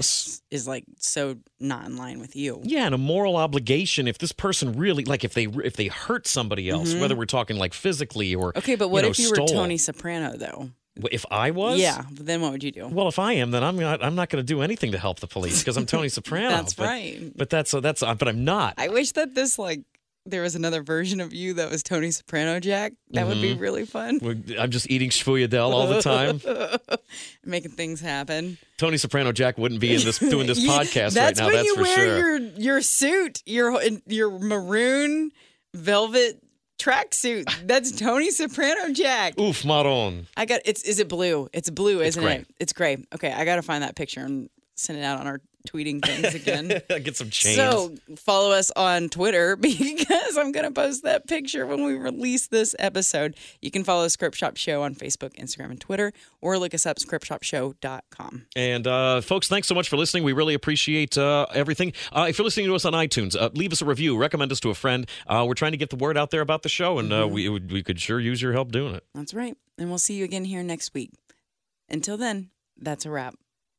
[SPEAKER 2] is, is like so not in line with you.
[SPEAKER 1] Yeah, and a moral obligation. If this person really, like, if they if they hurt somebody else,
[SPEAKER 2] Mm-hmm.
[SPEAKER 1] whether we're talking like physically or
[SPEAKER 2] Okay, but what
[SPEAKER 1] know,
[SPEAKER 2] if you
[SPEAKER 1] stole.
[SPEAKER 2] were Tony Soprano though?
[SPEAKER 1] if I was,
[SPEAKER 2] Yeah, then what would you do?
[SPEAKER 1] Well, if I am, then I'm not. I'm not going to do anything to help the police because I'm Tony Soprano.
[SPEAKER 2] That's
[SPEAKER 1] but,
[SPEAKER 2] right.
[SPEAKER 1] But that's that's. uh, But I'm not.
[SPEAKER 2] I wish that this like there was another version of you that was Tony Soprano Jack. That would
[SPEAKER 1] Mm-hmm.
[SPEAKER 2] be really fun.
[SPEAKER 1] We're- I'm just eating schfuyadel all the time.
[SPEAKER 2] Making things happen.
[SPEAKER 1] Tony Soprano Jack wouldn't be in this doing this
[SPEAKER 2] You-
[SPEAKER 1] podcast right
[SPEAKER 2] that's
[SPEAKER 1] now.
[SPEAKER 2] when
[SPEAKER 1] That's
[SPEAKER 2] you
[SPEAKER 1] for
[SPEAKER 2] wear
[SPEAKER 1] sure.
[SPEAKER 2] your your suit, your your maroon velvet tracksuit. That's Tony Soprano Jack.
[SPEAKER 1] Oof, Maron.
[SPEAKER 2] I got it's is it blue? It's blue, isn't
[SPEAKER 1] gray.
[SPEAKER 2] it? It's gray. Okay, I gotta find that picture and send it out on our tweeting things again.
[SPEAKER 1] Get some change.
[SPEAKER 2] So follow us on Twitter because I'm going to post that picture when we release this episode. You can follow Script Shop Show on Facebook, Instagram, and Twitter, or look us up scriptshopshow.com.
[SPEAKER 1] And uh, folks, thanks so much for listening. We really appreciate uh, everything. Uh, if you're listening to us on iTunes, uh, leave us a review, recommend us to a friend. Uh, we're trying to get the word out there about the show, and
[SPEAKER 2] Mm-hmm.
[SPEAKER 1] uh, we we could sure use your help doing it.
[SPEAKER 2] That's right. And we'll see you again here next week. Until then, that's a wrap.